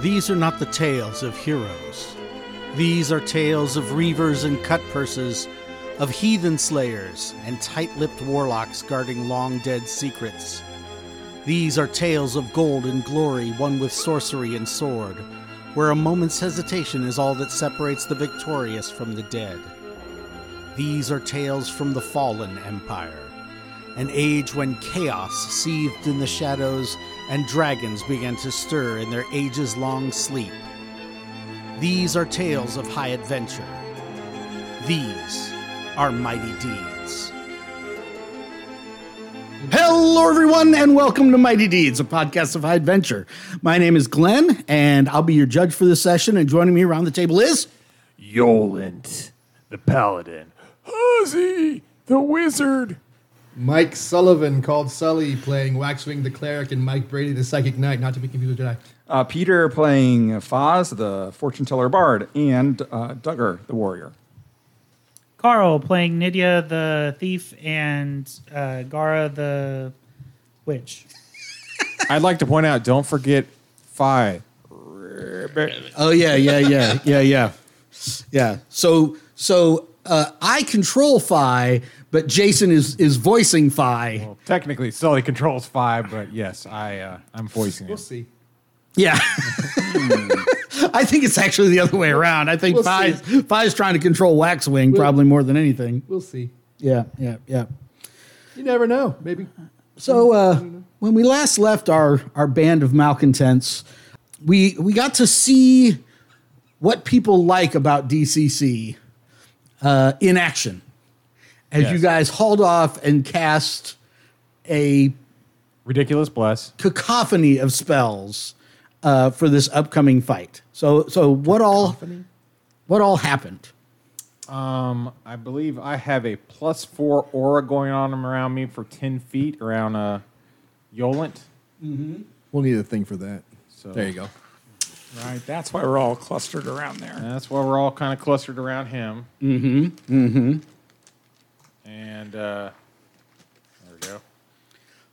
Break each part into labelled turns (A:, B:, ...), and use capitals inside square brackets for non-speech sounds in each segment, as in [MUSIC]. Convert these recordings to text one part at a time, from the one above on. A: These are not the tales of heroes. These are tales of reavers and cut purses, of heathen slayers and tight lipped warlocks guarding long dead secrets. These are tales of gold and glory won with sorcery and sword, where a moment's hesitation is all that separates the victorious from the dead. These are tales from the fallen empire, an age when chaos seethed in the shadows and dragons began to stir in their ages long sleep. These are tales of high adventure. These are mighty deeds. Hello, everyone, and welcome to Mighty Deeds, a podcast of high adventure. My name is Glenn, and I'll be your judge for this session. And joining me around the table is
B: Yolent, the paladin. Ozzy, the wizard.
C: Mike Sullivan called Sully playing Waxwing the Cleric and Mike Brady the Psychic Knight, not to be confused with Jedi.
D: Uh, Peter playing Foz, the fortune teller bard, and uh, Duggar, the warrior.
E: Carl playing Nydia the thief and uh, Gara the witch.
F: I'd like to point out, don't forget Phi.
A: Oh yeah, yeah, yeah, yeah, yeah, yeah. So so uh, I control Phi, but Jason is is voicing Phi.
F: Well, technically, Sully controls Phi, but yes, I uh, I'm voicing
C: We'll
F: it.
C: see.
A: Yeah. [LAUGHS] I think it's actually the other way around. I think
C: We'll
A: Phi's, Phi's trying to control Waxwing probably more than anything.
C: We'll see.
A: Yeah, yeah, yeah.
C: You never know. Maybe.
A: So uh,
C: Mm-hmm.
A: when we last left our our band of malcontents, we we got to see what people like about DCC uh, in action, as
F: Yes.
A: you guys hauled off and cast a
F: Ridiculous bless.
A: cacophony of spells uh, for this upcoming fight. So so what all what all happened?
F: I believe I have a plus four aura going on around me for ten feet around uh, Yolent.
C: We'll need a thing for that.
F: So
C: There you go.
D: Right, that's why we're all clustered around there.
F: And that's why we're all kind of clustered around him. Mm-hmm. Mm-hmm. And uh, there we go.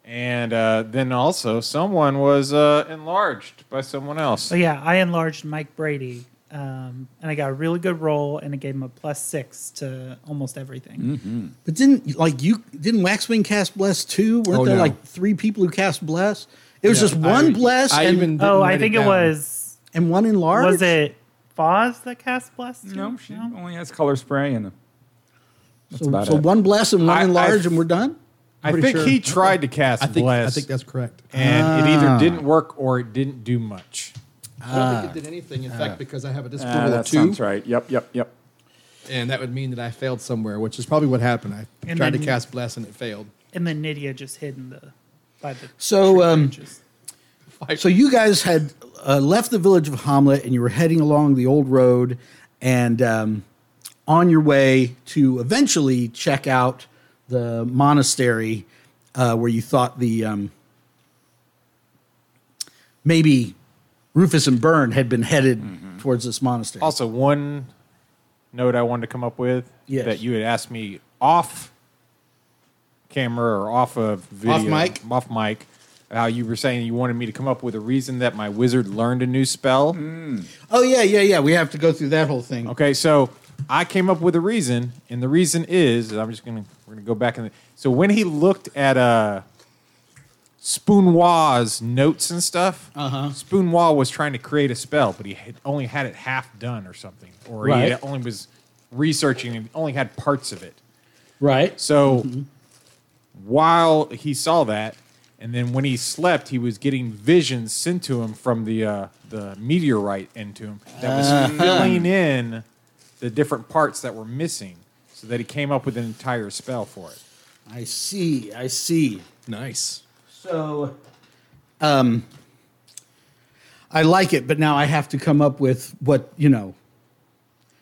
F: And uh, then also, someone was uh, enlarged by someone else.
E: So yeah, I enlarged Mike Brady, um, and I got a really good roll, and it gave him a plus six to almost everything.
A: Mm-hmm. But didn't like you didn't Waxwing cast bless too? Weren't
C: Oh,
A: there
C: no.
A: like three people who cast bless? It was
C: Yeah,
A: just one
C: I-
A: bless
C: I
A: and,
C: even- Didn't
E: Oh,
C: write
E: I
C: it
E: think it,
C: down.
E: was
A: and one enlarged.
E: was it Foz that cast bless? too?
D: No, she only has color spray and. That's
A: So,
D: about
A: so
D: it.
A: one bless and one
F: I- I-
A: enlarge, and we're done.
F: I think
C: sure.
F: he tried to cast
C: I think,
F: bless.
C: I think that's correct.
F: and it either didn't work or it didn't do much.
C: I don't think it did anything, in fact, because I have a disapproval
D: Ah,
C: of
D: that
C: two,
D: sounds right. Yep, yep, yep.
C: and that would mean that I failed somewhere, which is probably what happened. I
E: And
C: tried to
E: then-
C: cast Bless and it failed.
E: And then Nydia just hidden the by the
A: So,
E: tree
A: um,
E: branches.
A: So you guys had uh, left the village of Hamlet and you were heading along the old road and um, on your way to eventually check out the monastery uh, where you thought the um, maybe Rufus and Byrne had been headed
D: Mm-hmm.
A: towards this monastery.
F: Also, one note I wanted to come up with
A: Yes.
F: that you had asked me off camera or off of video,
C: Off mic?
F: off mic, how you were saying you wanted me to come up with a reason that my wizard learned a new spell.
C: Mm-hmm.
A: oh yeah, yeah, yeah. We have to go through that whole thing.
F: Okay, so I came up with a reason, and the reason is I'm just gonna we're gonna go back and so when he looked at uh Spoonwa's notes and stuff, uh-huh. Spoonwa was trying to create a spell, but he had only had it half done or something, or he
A: Right.
F: had only was researching and only had parts of it.
A: Right.
F: So
A: Mm-hmm.
F: while he saw that, and then when he slept, he was getting visions sent to him from the uh, the meteorite into him that was
A: Uh-huh.
F: filling in the different parts that were missing, so that he came up with an entire spell for it.
A: I see. I see.
C: Nice.
A: So, um, I like it, but now I have to come up with what you know.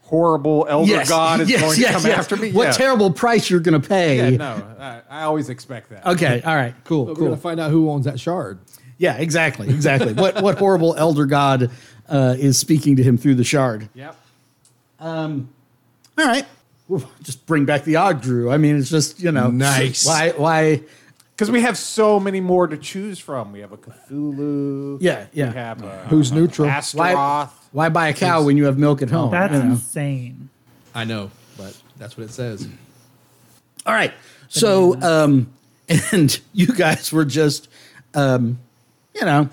F: Horrible elder god is going to
A: [LAUGHS] yes.
F: come after me.
A: What
F: yeah.
A: terrible price you're going to
F: Yeah,
A: pay?
F: no, Oh, I, I always expect that.
A: Okay, all right, cool,
C: But we're
A: cool.
C: going to find out who owns that shard.
A: yeah, exactly, exactly. what what horrible elder god uh, is speaking to him through the shard?
F: Yep.
A: All right, Well, just bring back the odd Drew. I mean, it's just you know,
C: Nice.
A: Why why
F: Because we have so many more to choose from. We have a Cthulhu.
A: Yeah, yeah.
F: We have a,
A: Who's neutral? Why,
F: Astaroth.
A: why buy a cow when you have milk at home?
E: That's
A: you know?
E: insane.
C: I know, but that's what it says.
A: All right. So, um, [LAUGHS] and you guys were just, um, you know,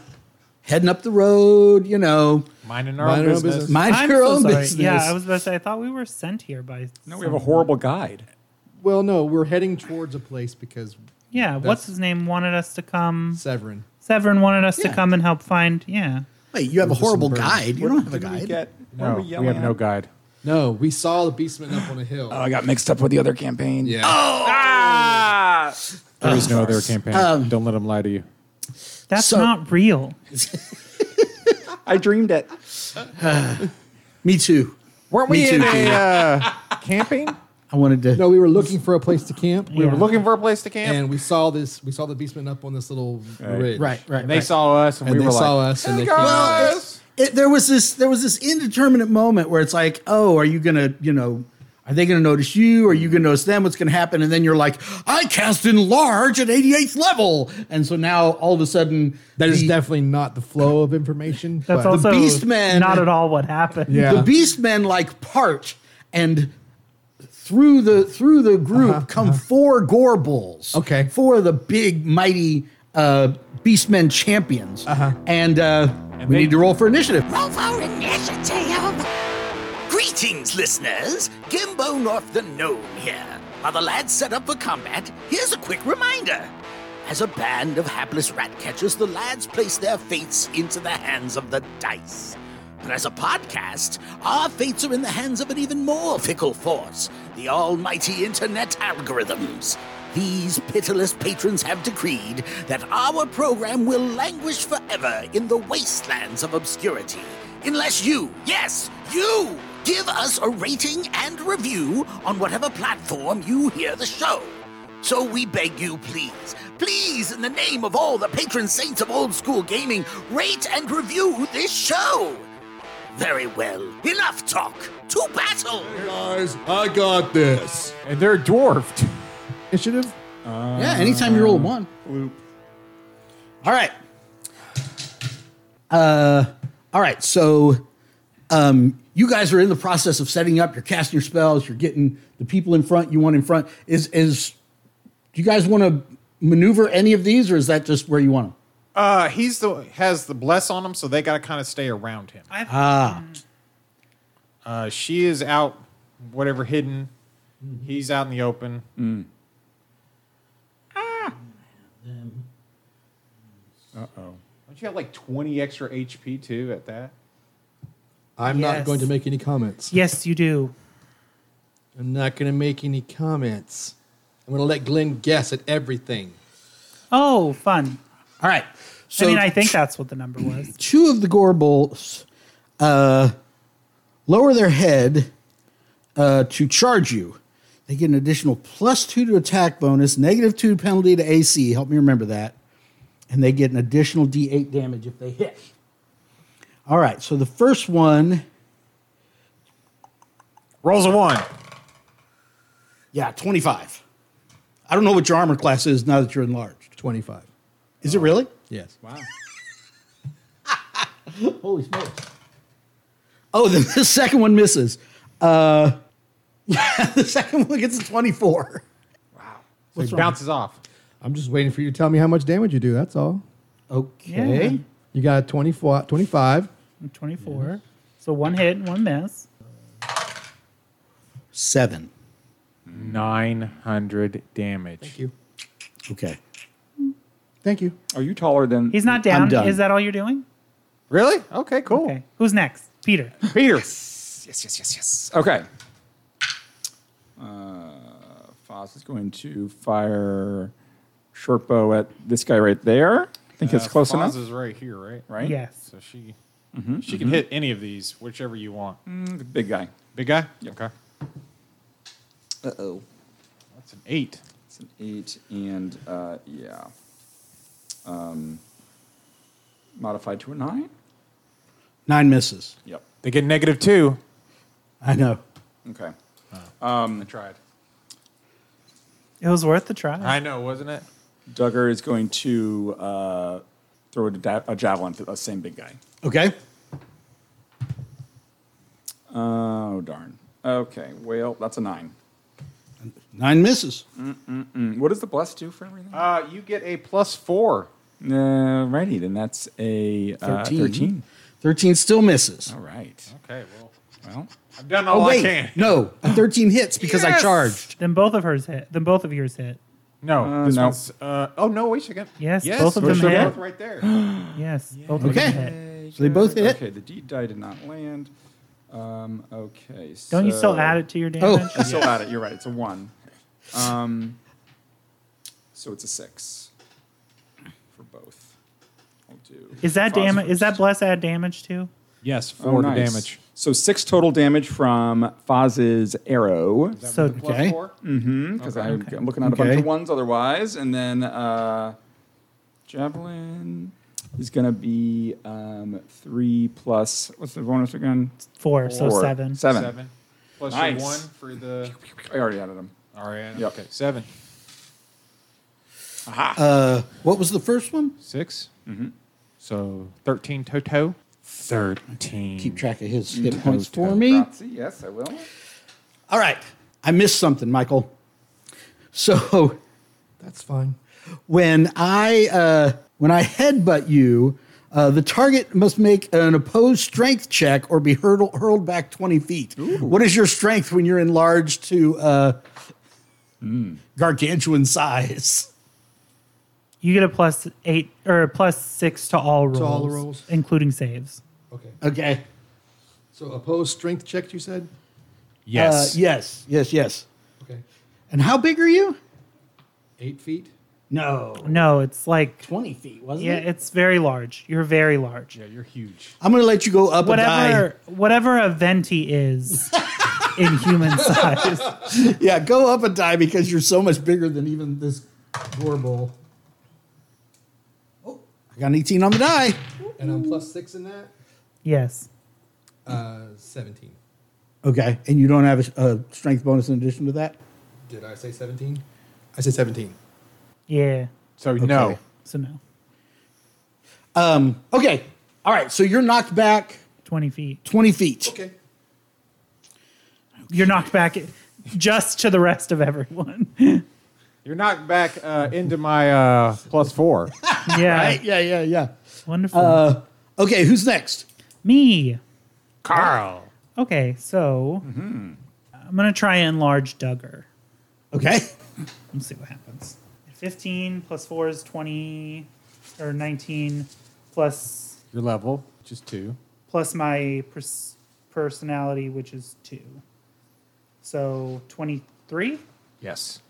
A: heading up the road, you know,
F: Minding our
C: Minding
F: own
C: our own
F: business.
C: business.
A: mind
E: I'm
A: your
E: so
A: own
E: sorry.
A: business.
E: Yeah, I was about to say. I thought we were sent here by.
D: No, we have a horrible guide.
C: Well, no, we're heading towards a place because
E: Yeah, what's his name wanted us to come.
C: Severin.
E: Severin wanted us
A: Yeah.
E: to come and help find. Yeah.
A: Wait, you have a horrible
C: birds.
A: guide. You don't have a guide.
F: No, Oh, we have no guide.
C: No, we saw the beastman up on a hill.
D: I got mixed up with the other campaign.
C: yeah.
F: There is no other campaign.
A: Um,
F: Don't let them lie to you.
E: That's
A: So-
E: not real.
D: I dreamed it.
A: Me too.
F: Weren't
A: Me
F: we
A: too,
F: in
A: Jimmy.
F: a uh, [LAUGHS] camping?
A: I wanted to.
C: No, we were looking for a place to camp.
F: We were
E: Yeah.
F: looking for a place to camp.
C: And we saw this. We saw the beastman up on this little ridge.
A: Right, right.
F: And they
A: right.
F: saw us, and,
C: And
F: we
C: they
F: were
C: saw
F: like,
C: us, and they
F: "Look at
C: came
A: Well,
C: out.
A: it, it, there was this there was this indeterminate moment where it's like, oh, are you gonna, you know, are they gonna notice you? Are you gonna notice them? What's gonna happen? And then you're like, I cast in large at 88th level, and so now all of a sudden
C: That is
A: the,
C: definitely not the flow of information.
E: That's
C: but
E: also
A: Beast Man-
E: not at all what happened.
C: Yeah.
A: the beast men like part and through the through the group come four gore bulls
C: Okay.
A: four of the big mighty uh beastmen champions and uh we
F: they-
A: need to roll for initiative
G: Roll for initiative!
B: Greetings, listeners! Gimbo North the Gnome here. While the lads set up for combat, here's a quick reminder. As a band of hapless rat catchers, the lads place their fates into the hands of the dice. But as a podcast, our fates are in the hands of an even more fickle force the almighty internet algorithms. These pitiless patrons have decreed that our program will languish forever in the wastelands of obscurity unless you, yes, you, give us a rating and review on whatever platform you hear the show. So we beg you, please, please, in the name of all the patron saints of old school gaming, rate and review this show. Very well. Enough talk. To battle.
C: guys, I got this.
F: and they're [LAUGHS] dwarfed.
C: Initiative.
A: yeah anytime you roll a one all right uh all right so um you guys are in the process of setting up you're casting your spells you're getting the people in front you want in front is is do you guys want to maneuver any of these or is that just where you want them
F: Uh, he's the has the bless on him, so they got to kind of stay around him. Uh, she is out, whatever hidden. He's out in the open. Ah! Don't you have like twenty extra HP too at that?
C: I'm not
E: Yes.
C: going to make any comments.
E: Yes, you do.
C: I'm not going to make any comments. I'm going to let Glenn guess at everything.
E: Oh, fun.
A: all right so
E: I mean, I think that's what the number
A: [CLEARS THROAT]
E: was.
A: two of the gore bolts uh, lower their head uh, to charge you. They get an additional plus two to attack bonus, negative two penalty to AC. Help me remember that. And they get an additional D8 damage if they hit. All right, so the first one,
F: Rolls a one.
A: yeah, 25. I don't know what your armor class is now that you're enlarged.
C: 25.
A: Is it really?
C: Yes. Wow.
A: Holy smokes. Oh, [LAUGHS] the, the second one misses. Uh, [LAUGHS] the second one gets a 24.
F: So he bounces off.
C: I'm just waiting for you to tell me how much damage you do. That's all.
A: Okay.
E: Yeah.
C: You got a 24, 25.
E: I'm 24. So one hit and one miss.
A: Seven.
F: Nine hundred damage. Thank you.
A: Okay.
C: Thank you.
D: Are you taller than?
E: He's not down.
A: done.
E: Is that all you're doing?
F: Really? Okay, cool.
E: Okay. Who's next? Peter.
F: Peter.
D: Yes, yes, yes, yes. Okay. Uh, Foz is going to fire short bow at this guy right there. I think it's close
F: Foz
D: enough,
F: Uh, is right here, right?
D: right?
E: Yes.
F: So she she can hit any of these, whichever you want.
D: The big guy.
F: Big guy. Okay.
D: Uh oh.
F: That's an eight.
D: It's an eight, and uh, yeah. Um, modified to a nine.
A: Nine misses.
D: Yep.
F: They get negative two.
A: I know.
D: Okay.
F: I Mm. tried.
E: It was worth the try.
F: I know, wasn't it?
D: Duggar is going to uh, throw a, da- a javelin at the same big guy.
A: Okay.
D: Oh, darn. Okay, well, that's a nine.
A: Nine misses.
D: Mm, What does the bless do for everything?
F: Uh, you get a plus four.
D: Uh, righty, then that's a uh, 13.
A: 13 still misses.
D: All right.
F: Okay, well,
D: Well,
F: I've done
A: Oh,
F: all I
A: wait.
F: can.
A: No. A 13 hits because I
F: Yes!
A: charged.
E: Then both of hers hit. Then both of yours hit.
F: No,
D: Uh,
F: this
D: no.
F: one's. Uh, oh no! Wait a second.
E: Yes, both of
F: those
E: them
F: are
E: hit.
F: both right there.
E: Yes, both of them
A: Okay.
E: hit.
A: So they both hit?
D: Okay, the D die did not land. Um, okay. Don't
E: Don't you still add it to your
A: Oh.
E: damage?
D: I still add it. You're right. It's a one. Um, so it's a six for both. I'll do.
E: Is that
D: Foz
E: damage? Is that
D: first.
E: bless add damage too?
F: [GASPS] Yes, four
D: Oh,
F: to
D: nice.
F: damage.
D: So six total damage from Foz's arrow.
E: So
F: Plus
A: Okay.
F: four.
D: Because I'm, I'm looking at a bunch
A: Okay.
D: of ones otherwise. And then uh, javelin is going to be um, three plus. What's the bonus again?
E: four, so
D: Four.
E: seven.
D: Seven.
F: Seven. Plus
D: Nice.
F: your one for the.
D: I already added them.
F: All right.
D: Yep.
F: Okay. Seven.
A: Uh, what was the first one?
F: 6 Mm-hmm. So thirteen toto. Thirteen.
A: Keep track of his hit points for me.
D: Grazie, Uh, Yes, I will.
A: All right. I missed something, Michael. So
C: That's fine.
A: when I uh, when I headbutt you, uh, the target must make an opposed strength check or be hurled hurled back twenty feet. What is your strength when you're enlarged to uh, Hmm. gargantuan size?
E: You get a plus eight or a plus six to all rolls,
C: all rolls.
E: including saves.
C: Okay.
A: Okay.
C: So opposed strength check, you said?
F: Yes.
A: Uh, yes. Yes. Yes.
C: Okay.
A: And how big are you?
C: Eight feet?
A: No.
E: No, it's like
A: Twenty feet, wasn't
E: yeah, it's very large. You're very large.
F: Yeah, you're huge.
A: I'm going to let you go up a die.
E: Whatever whatever a venti is in human size.
A: [LAUGHS] Yeah, go up a die because you're so much bigger than even this doorbell. Oh, I got an 18 on the die.
C: And I'm plus six in that?
E: Yes.
C: Uh, 17.
A: Okay, and you don't have a, a strength bonus in addition to that.
C: Did I say 17? I said 17.
E: Yeah.
F: So no.
E: So no.
A: Um, okay, all right. So you're knocked back
E: Twenty feet.
A: 20 feet.
C: Okay.
E: You're knocked back just to the rest of everyone. [LAUGHS]
F: You're knocked back uh, into my uh, plus four.
E: Yeah.
A: Right? Yeah, yeah, yeah.
E: Wonderful.
A: Uh, okay, who's next?
E: Me.
F: Carl.
E: Okay, so I'm gonna try and enlarge Duggar.
A: Okay,
E: Let's see what happens. 15 plus 4 is 20, or 19 plus
F: Your level, which is two.
E: plus my pers- personality, which is 2. So 23?
F: Yes.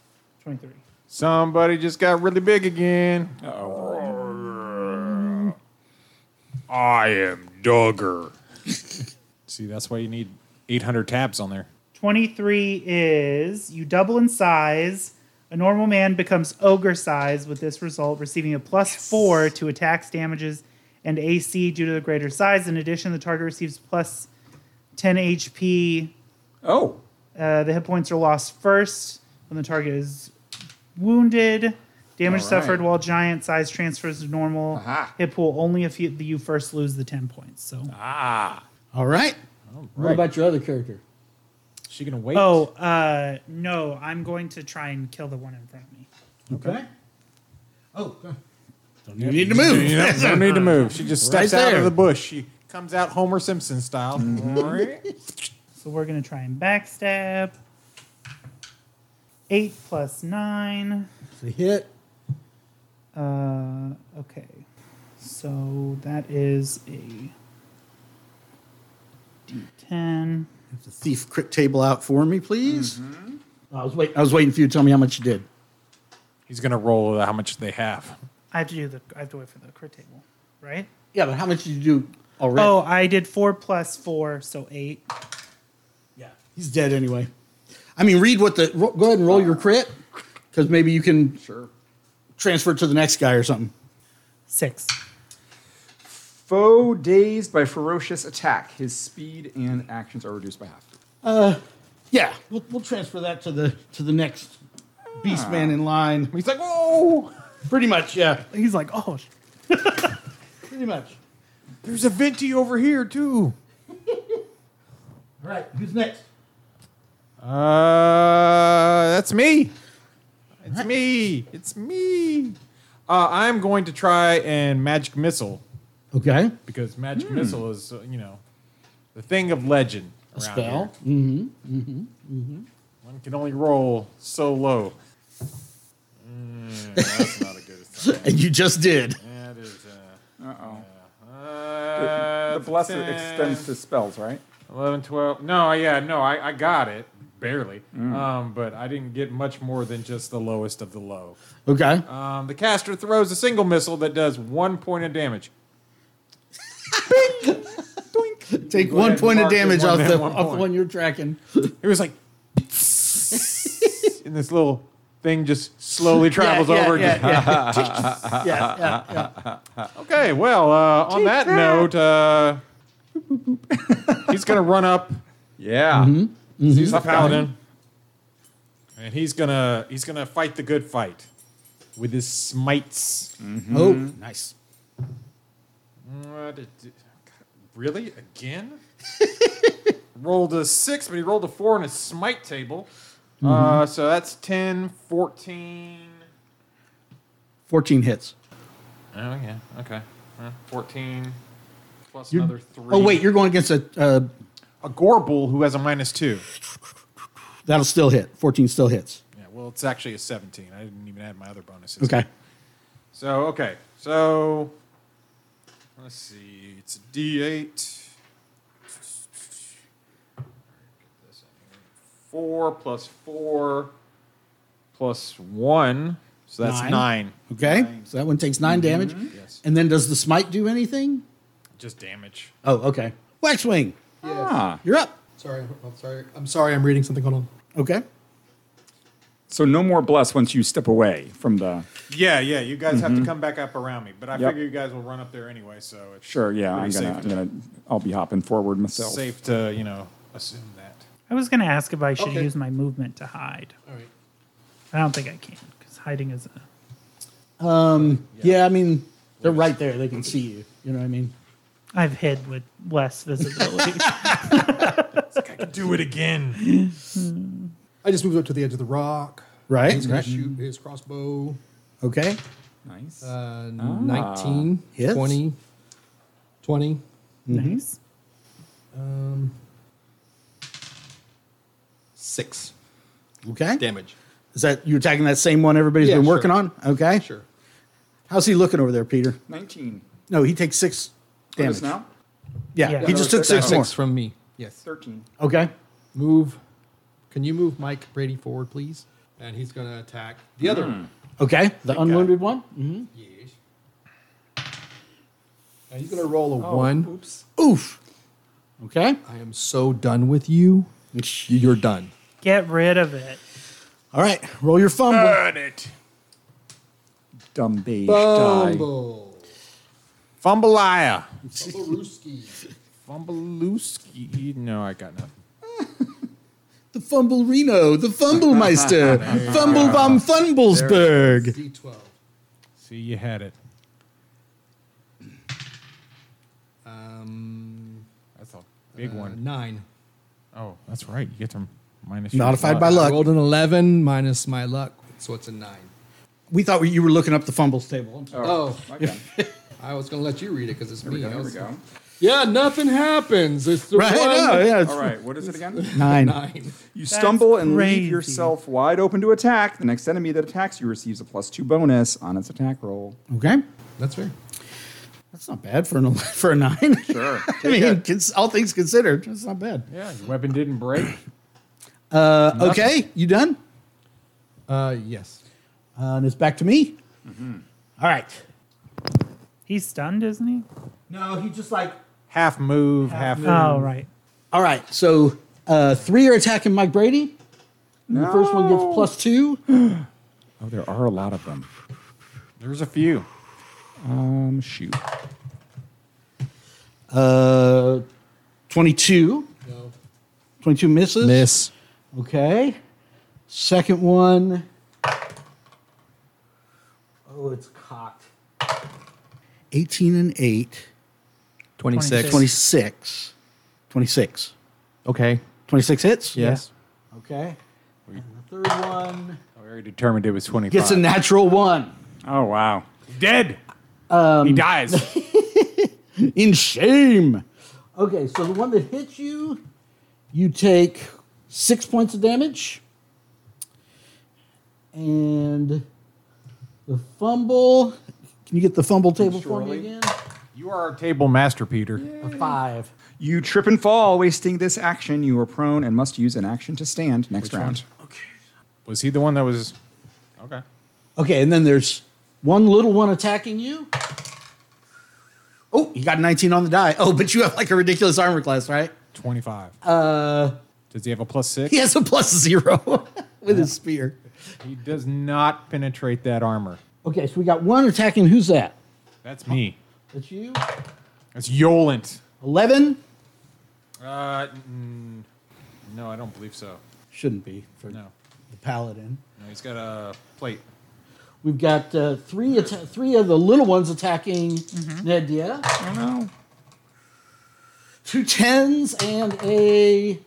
E: 23.
F: Somebody just got really big again.
H: I am Duggar.
F: [LAUGHS] See, that's why you need 800 tabs on there.
E: 23 is you double in size. A normal man becomes ogre size with this result, receiving a plus four to attacks, damages, and AC due to the greater size. In addition, the target receives plus 10 HP
D: Oh,
E: Uh, the hit points are lost first when the target is wounded. Damage
D: All right.
E: suffered while giant size transfers to normal
D: Aha.
E: hit pool only if you, you first lose the 10 points. So,
A: all right. What
F: right.
A: about your other character?
F: She gonna wait?
E: oh, uh, no, I'm going to try and kill the one in front of me.
A: Okay. Oh, God. don't you need to move?
F: You don't, don't need to move. She just
A: Right
F: steps out
A: there.
F: of the bush. She comes out Homer Simpson style.
E: So, we're going to try and backstab. 8 plus 9.
A: It's a hit.
E: Uh, okay. So, that is a d10.
A: Have the thief crit table out for me, please. Mm-hmm. I was waiting. I was waiting for you to tell me how much you did.
F: He's gonna roll how much they have.
E: I have to do the. I have to wait for the crit table, right?
A: Yeah, but how much did you do already?
E: Oh, I did four plus four, so eight.
A: yeah. He's dead anyway. I mean, read what the. Ro- go ahead and roll your crit, because maybe you can
D: sure.
A: transfer it to the next guy or something.
E: Six.
D: Foe dazed by ferocious attack. His speed and actions are reduced by half.
A: Yeah, we'll, we'll transfer that to the to the next beast man in line.
F: He's like, whoa!
I: Pretty much, yeah.
E: He's like, oh, sh-
I: Pretty much.
F: There's a venti over here too.
I: All right, who's next?
F: Uh, that's me. It's me. It's me. Uh, I'm going to try and magic missile
A: Okay.
F: because magic missile is uh, you know the thing of legend.
A: A
F: around
A: spell.
F: here. One can only roll so [LAUGHS] low. Mm, that's not a good. Sign.
A: And you just did.
F: That is. Uh,
D: Uh-oh.
F: uh,
D: the blessed
F: 10,
D: extends to spells, right?
F: 11, 12. No, yeah, no, I, I got it barely, um, but I didn't get much more than just the lowest of the low.
A: Okay.
F: Um, the caster throws a single missile that does one point of damage.
A: Take
F: go ahead
A: one
F: and
A: point of
F: mark it
A: damage
F: one-
A: off the,
F: one
A: off the
F: point.
A: one you're tracking.
F: It was like, [LAUGHS] and this little thing just [LAUGHS] slowly travels
I: yeah,
F: over.
I: yeah,
F: and just-
I: Yeah, yeah, yeah.
F: Okay, well, uh, on that note, uh, he's going to run up.
D: Yeah.
F: He's the paladin, and he's gonna he's gonna fight the good fight with his smites.
A: Oh, nice.
F: What a d- Really? [LAUGHS] Again? rolled a six, but he rolled a four on his smite table. Uh, so that's 10, 14.
A: 14 hits.
F: Oh, yeah. Okay. Uh, 14 plus
A: You're-
F: another three.
A: Oh, wait, you're going against a. Uh,
F: A Gorble who has a minus two.
A: that'll still hit. 14 still hits.
F: Yeah, well, it's actually a 17. I didn't even add my other bonuses.
A: Okay.
F: So, okay. So, let's see. It's a D8. Four plus four plus one. So that's
A: Nine.
F: nine.
A: Okay. So that one takes 9 damage.
F: Yes.
A: And then does the smite do anything?
F: Just damage.
A: Oh, okay. Waxwing,
D: Ah.
A: you're up.
C: Sorry, I'm sorry. I'm sorry. I'm reading something. Hold on.
A: Okay.
D: So no more bless once you step away from the.
F: Yeah, yeah. You guys have to come back up around me, but I
D: Yep.
F: figure you guys will run up there anyway, so it's
D: Sure, yeah, I'm
F: pretty
D: gonna,
F: safe
D: I'm gonna, I'll be hopping forward
F: to,
D: myself.
F: safe to you know assume that.
E: [LAUGHS] I was going to ask if I should
C: Okay.
E: use my movement to hide.
C: All right.
E: I don't think I can because hiding is a.
A: Yeah. I mean, they're right there. They can see you. You know what I mean?
E: I've hid with less visibility.
F: Do it [LAUGHS] again.
C: I just moved up to the edge of the rock.
A: Right.
C: He's gonna shoot his crossbow.
A: Okay.
D: Nice.
C: Uh, 19,
A: Hits.
C: 20, 20.
E: nice.
C: Um, six
A: Okay.
I: Damage.
A: Is that you attacking that same one everybody's
C: Yeah,
A: been
C: sure.
A: working on? Okay.
C: Sure.
A: How's he looking over there, Peter?
D: 19.
A: No, he takes six damage.
D: now?
A: Yeah.
E: Yeah.
A: He just took six more.
C: Six from me. Yes.
D: 13.
A: Okay.
C: Move. Can you move Mike Brady forward, please? And he's gonna attack the other. one.
A: Okay. The unwounded one.
C: Yes. And he's gonna roll a one.
D: Oops.
A: Oof. Okay.
C: Oh, I am so done with you. You're done.
E: Get rid of it.
A: All right. Roll your fumble.
D: Dumb beige die.
C: Bumble.
F: Fumbleia.
C: Bumblerooski.
F: Fumbleooski. No, I got nothing.
A: the fumble Reno. The fumble [LAUGHS] Meister. fumble vom Fumblesburg.
C: D12.
F: See, you had it.
C: Um,
F: That's a big
C: uh,
F: one.
C: Nine.
F: Oh, that's right. You get to minus. your
A: Modified by
F: luck.
C: I
A: luck.
C: rolled an 11 minus my luck, so it's a nine.
A: We thought you were looking up the fumbles table. I'm sorry.
C: Oh,
D: Okay,
C: I was going to let you read it because it's me.
D: there
C: I
D: we
C: was-
D: [LAUGHS] go.
C: Yeah, nothing happens. It's the
A: Right.
C: one-
A: No, yeah. it's
D: All right, what is it [LAUGHS] again?
A: Nine.
C: nine.
D: You stumble and
E: crazy.
D: leave yourself wide open to attack. The next enemy that attacks you receives a plus two bonus on its attack roll.
A: Okay.
C: That's fair.
A: That's not bad for an ele- [LAUGHS] for a nine.
D: Sure.
A: [LAUGHS] I mean, cons- all things considered, that's not bad.
F: Yeah, your weapon didn't break. [COUGHS]
A: Uh, okay, you done?
C: Uh, yes. Mm-hmm.
A: Uh, and it's back to me. All right.
E: He's stunned, isn't he?
I: No, he just like
F: half move, half.
E: Oh, right.
A: All right. So uh, three are attacking Mike Brady. And The first one gets plus two.
D: Oh, there are a lot of them.
F: There's a few.
D: Um, shoot.
A: Uh, 22.
C: No.
A: 22 misses. Okay. Second one.
I: Oh, it's cocked.
A: 18 and 8.
J: 26.
A: 26. 26.
J: Okay.
A: 26 hits?
J: Yes.
I: Okay. And the third one.
F: We already determined it was 25.
A: Gets a natural one.
D: Oh, wow.
F: Dead.
A: Um, [LAUGHS]
F: he dies.
A: In shame.
I: Okay, so the one that hits you.
A: You take six points of damage. And the fumble. Can you get the fumble table for me again?
F: you are our table master, Peter.
I: A five.
D: You trip and fall, wasting this action. You are prone and must use an action to stand next round.
F: Was he the one that was? Okay.
A: Okay, and then there's one little one attacking you. Oh, you got 19 on the die. Oh, but you have like a ridiculous armor class, right?
F: 25. Uh, Does he have a plus six?
A: He has a plus zero [LAUGHS] with his spear.
F: He does not penetrate that armor.
A: Okay, so we got one attacking. Who's that?
F: That's me.
I: That's you.
F: That's Yolent.
A: 11?
F: Uh, mm, no, I don't believe so.
A: Shouldn't be for
F: No.
A: the paladin.
F: No, he's got a plate.
A: We've got uh, three atta- three of the little ones attacking
E: Mm-hmm.
A: Nedia.
D: Oh, no.
A: Two tens and a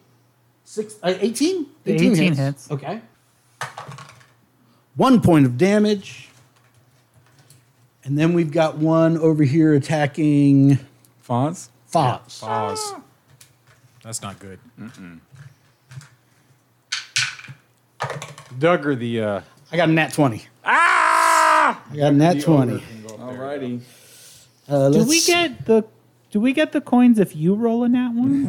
A: six, uh, 18?
E: The 18 hits.
A: Okay. One point of damage. And then we've got one over here attacking
D: Foz?
A: Fox.
F: Pause. That's not good. Duggar, the uh,
A: I got a nat 20. Ah! I got a nat 20.
D: Alrighty.
A: Uh,
E: Do
A: let's
E: we
A: see.
E: get the do we get the coins if you roll in that one?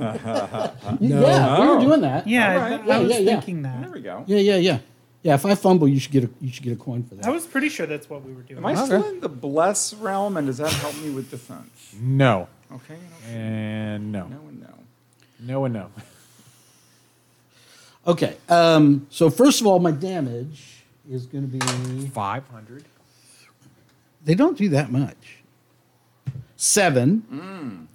A: Yeah, we were doing that.
E: Yeah, I-
D: Alright.
E: I, was
A: Yeah, yeah, yeah.
E: thinking
D: There
E: that.
D: we go.
A: Yeah, yeah, yeah. Yeah, if I fumble, you should get a you should get a coin for that.
E: I was pretty sure that's what we were doing.
D: Am I still in the bless realm, and does that help me with defense?
F: no.
D: Okay. okay.
F: And no.
D: No and no.
F: No and no. [LAUGHS]
A: Okay. Um, so first of all, my damage is going to be.
F: 500.
A: They don't do that much. Seven.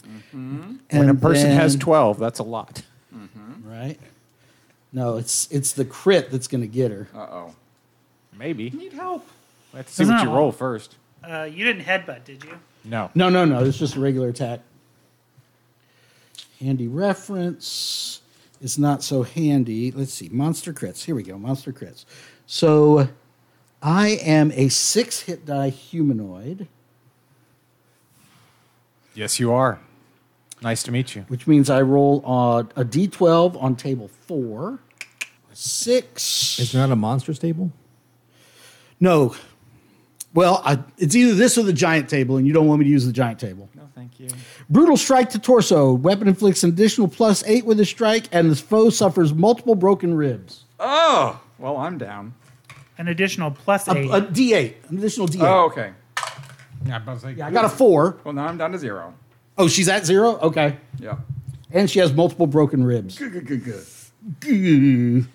F: When a person
A: then-
F: has 12, that's a lot.
A: right? No, it's it's the crit that's going to get her.
D: Uh oh.
F: Maybe.
D: Need help.
F: We have to see
E: Isn't
F: what
E: that
F: you
E: all?
F: roll first.
E: Uh, you didn't headbutt, did you?
F: No.
A: No, no, no. It's just a regular attack. Handy reference. It's not so handy. Let's see. Monster crits. Here we go. Monster crits. So I am a six hit die humanoid,
F: Yes, you are. Nice to meet you.
A: which means I roll uh, a d12 on table four. Six.
J: Is there not a monster stable?
A: No. Well, I, it's either this or the giant table, and you don't want me to use the giant table.
D: No, thank you.
A: Brutal strike to torso. Weapon inflicts an additional plus eight with a strike, and the foe suffers multiple broken ribs.
D: Oh, well, I'm down.
E: An additional plus
A: A,
E: eight.
A: a D8, an additional D8.
D: Oh, okay.
A: I got a four.
D: Well, now I'm down to zero.
A: Oh, she's at zero? Okay.
D: Yeah.
A: And she has multiple broken ribs.
D: Good, good, good.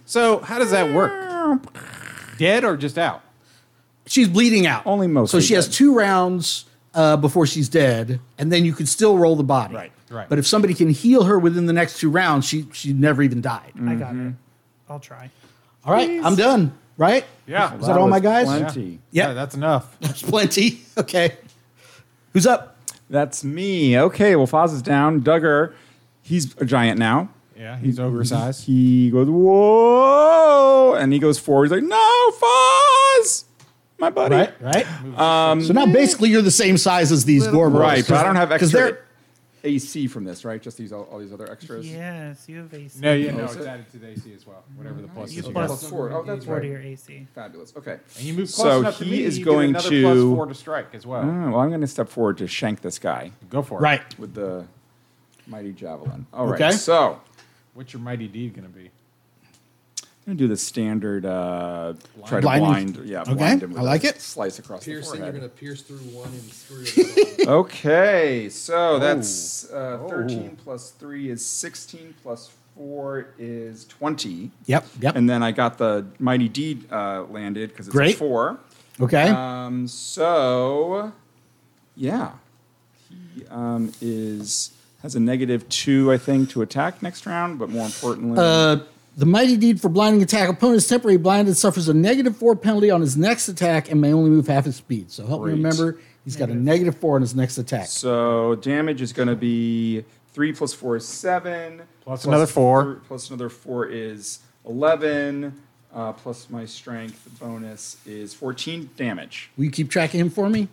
F: So, how does that work? Dead or just out?
A: She's bleeding out.
D: Only
A: So
D: mostly
A: she has
D: dead.
A: two rounds uh, before she's dead, and then you could still roll the body.
D: Right,
F: right.
A: But if somebody can heal her within the next two rounds, she she never even died.
E: I got it. I'll try.
A: All right, I'm done. Right? [LAUGHS]
F: Yeah.
A: Is that all my guys?
D: Plenty.
A: Yeah.
F: Yeah, that's enough.
A: There's plenty. Okay. Who's up?
D: That's me. Okay, well, Foz is down. Duggar, he's a giant now.
F: Yeah, he's oversized.
D: He goes, whoa! And he goes forward. He's like, no, Foz! My buddy.
A: Right, right. Um, so now basically you're the same size as these Gormals.
D: Right, but I don't have
A: 'Cause
D: extra
A: they're-
D: AC from this, right? Just these all, all these other extras.
E: Yes, you have AC.
F: No, yeah, no,
D: is
F: it's
D: it?
F: added to the AC as well. Whatever the plus
E: you
F: is. you
E: plus
F: got.
D: Plus four. Oh, that's
E: Four to
D: right.
E: your AC.
D: Fabulous. Okay.
F: And you move close
D: so
F: enough to
D: he
F: me,
D: is
F: you get
D: going
F: another
D: to.
F: plus four to strike as well.
D: Oh, well, I'm going to step forward to shank this guy
F: Go for it.
A: Right.
D: with the mighty javelin. All right.
A: Okay.
D: So
F: What's your mighty deed going to be?
D: I'm going to do the standard uh, try to
A: Blind.
D: blind. Yeah,
A: Okay,
D: blind him with
A: I like
D: a
A: it.
D: Slice across
C: Piercing,
D: the
C: you're
D: forehead.
C: going to pierce through one and screw it up.
D: Okay, so that's uh, 13 plus 3 is 16 plus 4 is 20.
A: Yep, yep.
D: And then I got the Mighty Deed uh, landed because it's a
A: Great.
D: 4.
A: Okay.
D: Um, so, yeah. He um, is has a negative 2, I think, to attack next round, but more importantly,
A: Uh, The mighty deed for blinding attack opponent is temporarily blinded, suffers a negative four penalty on his next attack, and may only move half his speed. So help
D: Great.
A: me remember, he's got a negative four on his next attack.
D: So damage is going to be three plus four is seven.
F: Plus another four.
D: th- plus another four is eleven. Uh, plus my strength bonus is fourteen damage.
A: Will you keep track of him for me?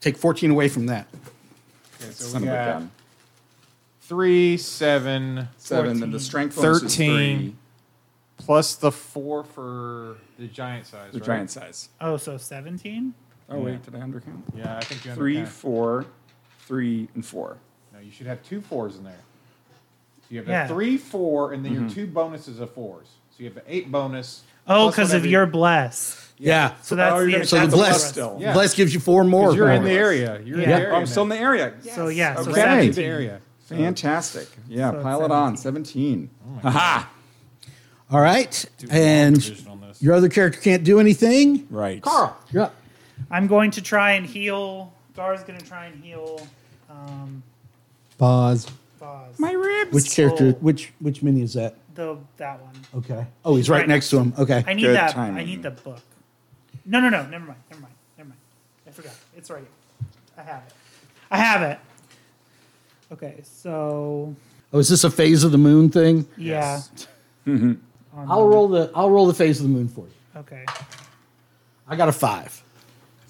A: Take 14 away from that.
D: Son of a
F: got
D: gun.
F: Three, seven,
D: Seven, then the strength bonus is three.
F: plus the four for the giant size.
D: The
F: right?
D: giant size.
E: Oh, so 17?
D: Oh
F: Yeah.
D: wait, did I undercount?
F: Yeah, I think you
D: Three,
F: undercounted.
D: four, three, and four.
F: No, you should have two fours in there. So you have
E: Yeah.
F: a three, four, and then your
D: Mm-hmm.
E: Mhm.
F: two bonuses of fours. So you have an eight bonus.
E: Oh,
F: plus
E: because of
F: whatever-
E: your bless.
A: Yeah.
E: So that's
F: you're
E: the
F: gonna
A: So the
F: count
A: bless,
F: still.
A: bless gives you four more.
F: 'Cause You're in the
A: bonus.
F: area. You're in
A: Yeah.
F: the area.
D: Oh, I'm still in the area.
E: So, yeah, so
D: Okay.
E: 17.
F: area.
D: Fantastic. Yeah,
E: So Oh it's
D: pile it on. Seventeen. Aha.
A: All right. And your other character can't do anything.
D: Right.
A: Carl. You're up.
E: I'm going to try and heal. Gar's going to try and heal. Um,
A: Pause.
E: Boz.
D: My ribs.
A: Which character?
E: Oh,
A: Which which mini is that?
E: the that one.
A: Okay. Oh, he's right,
E: Right.
A: next to him. Okay.
E: I need
D: Good
E: that. I
D: timing.
E: need the book. No, no, no. Never mind. Never mind. Never mind. I forgot. It's right here. I have it. I have it. Okay, so
A: Oh, is this a phase of the moon thing?
E: yeah. On
A: I'll roll the I'll roll the phase of the moon for you.
E: the- okay,
A: I got a five.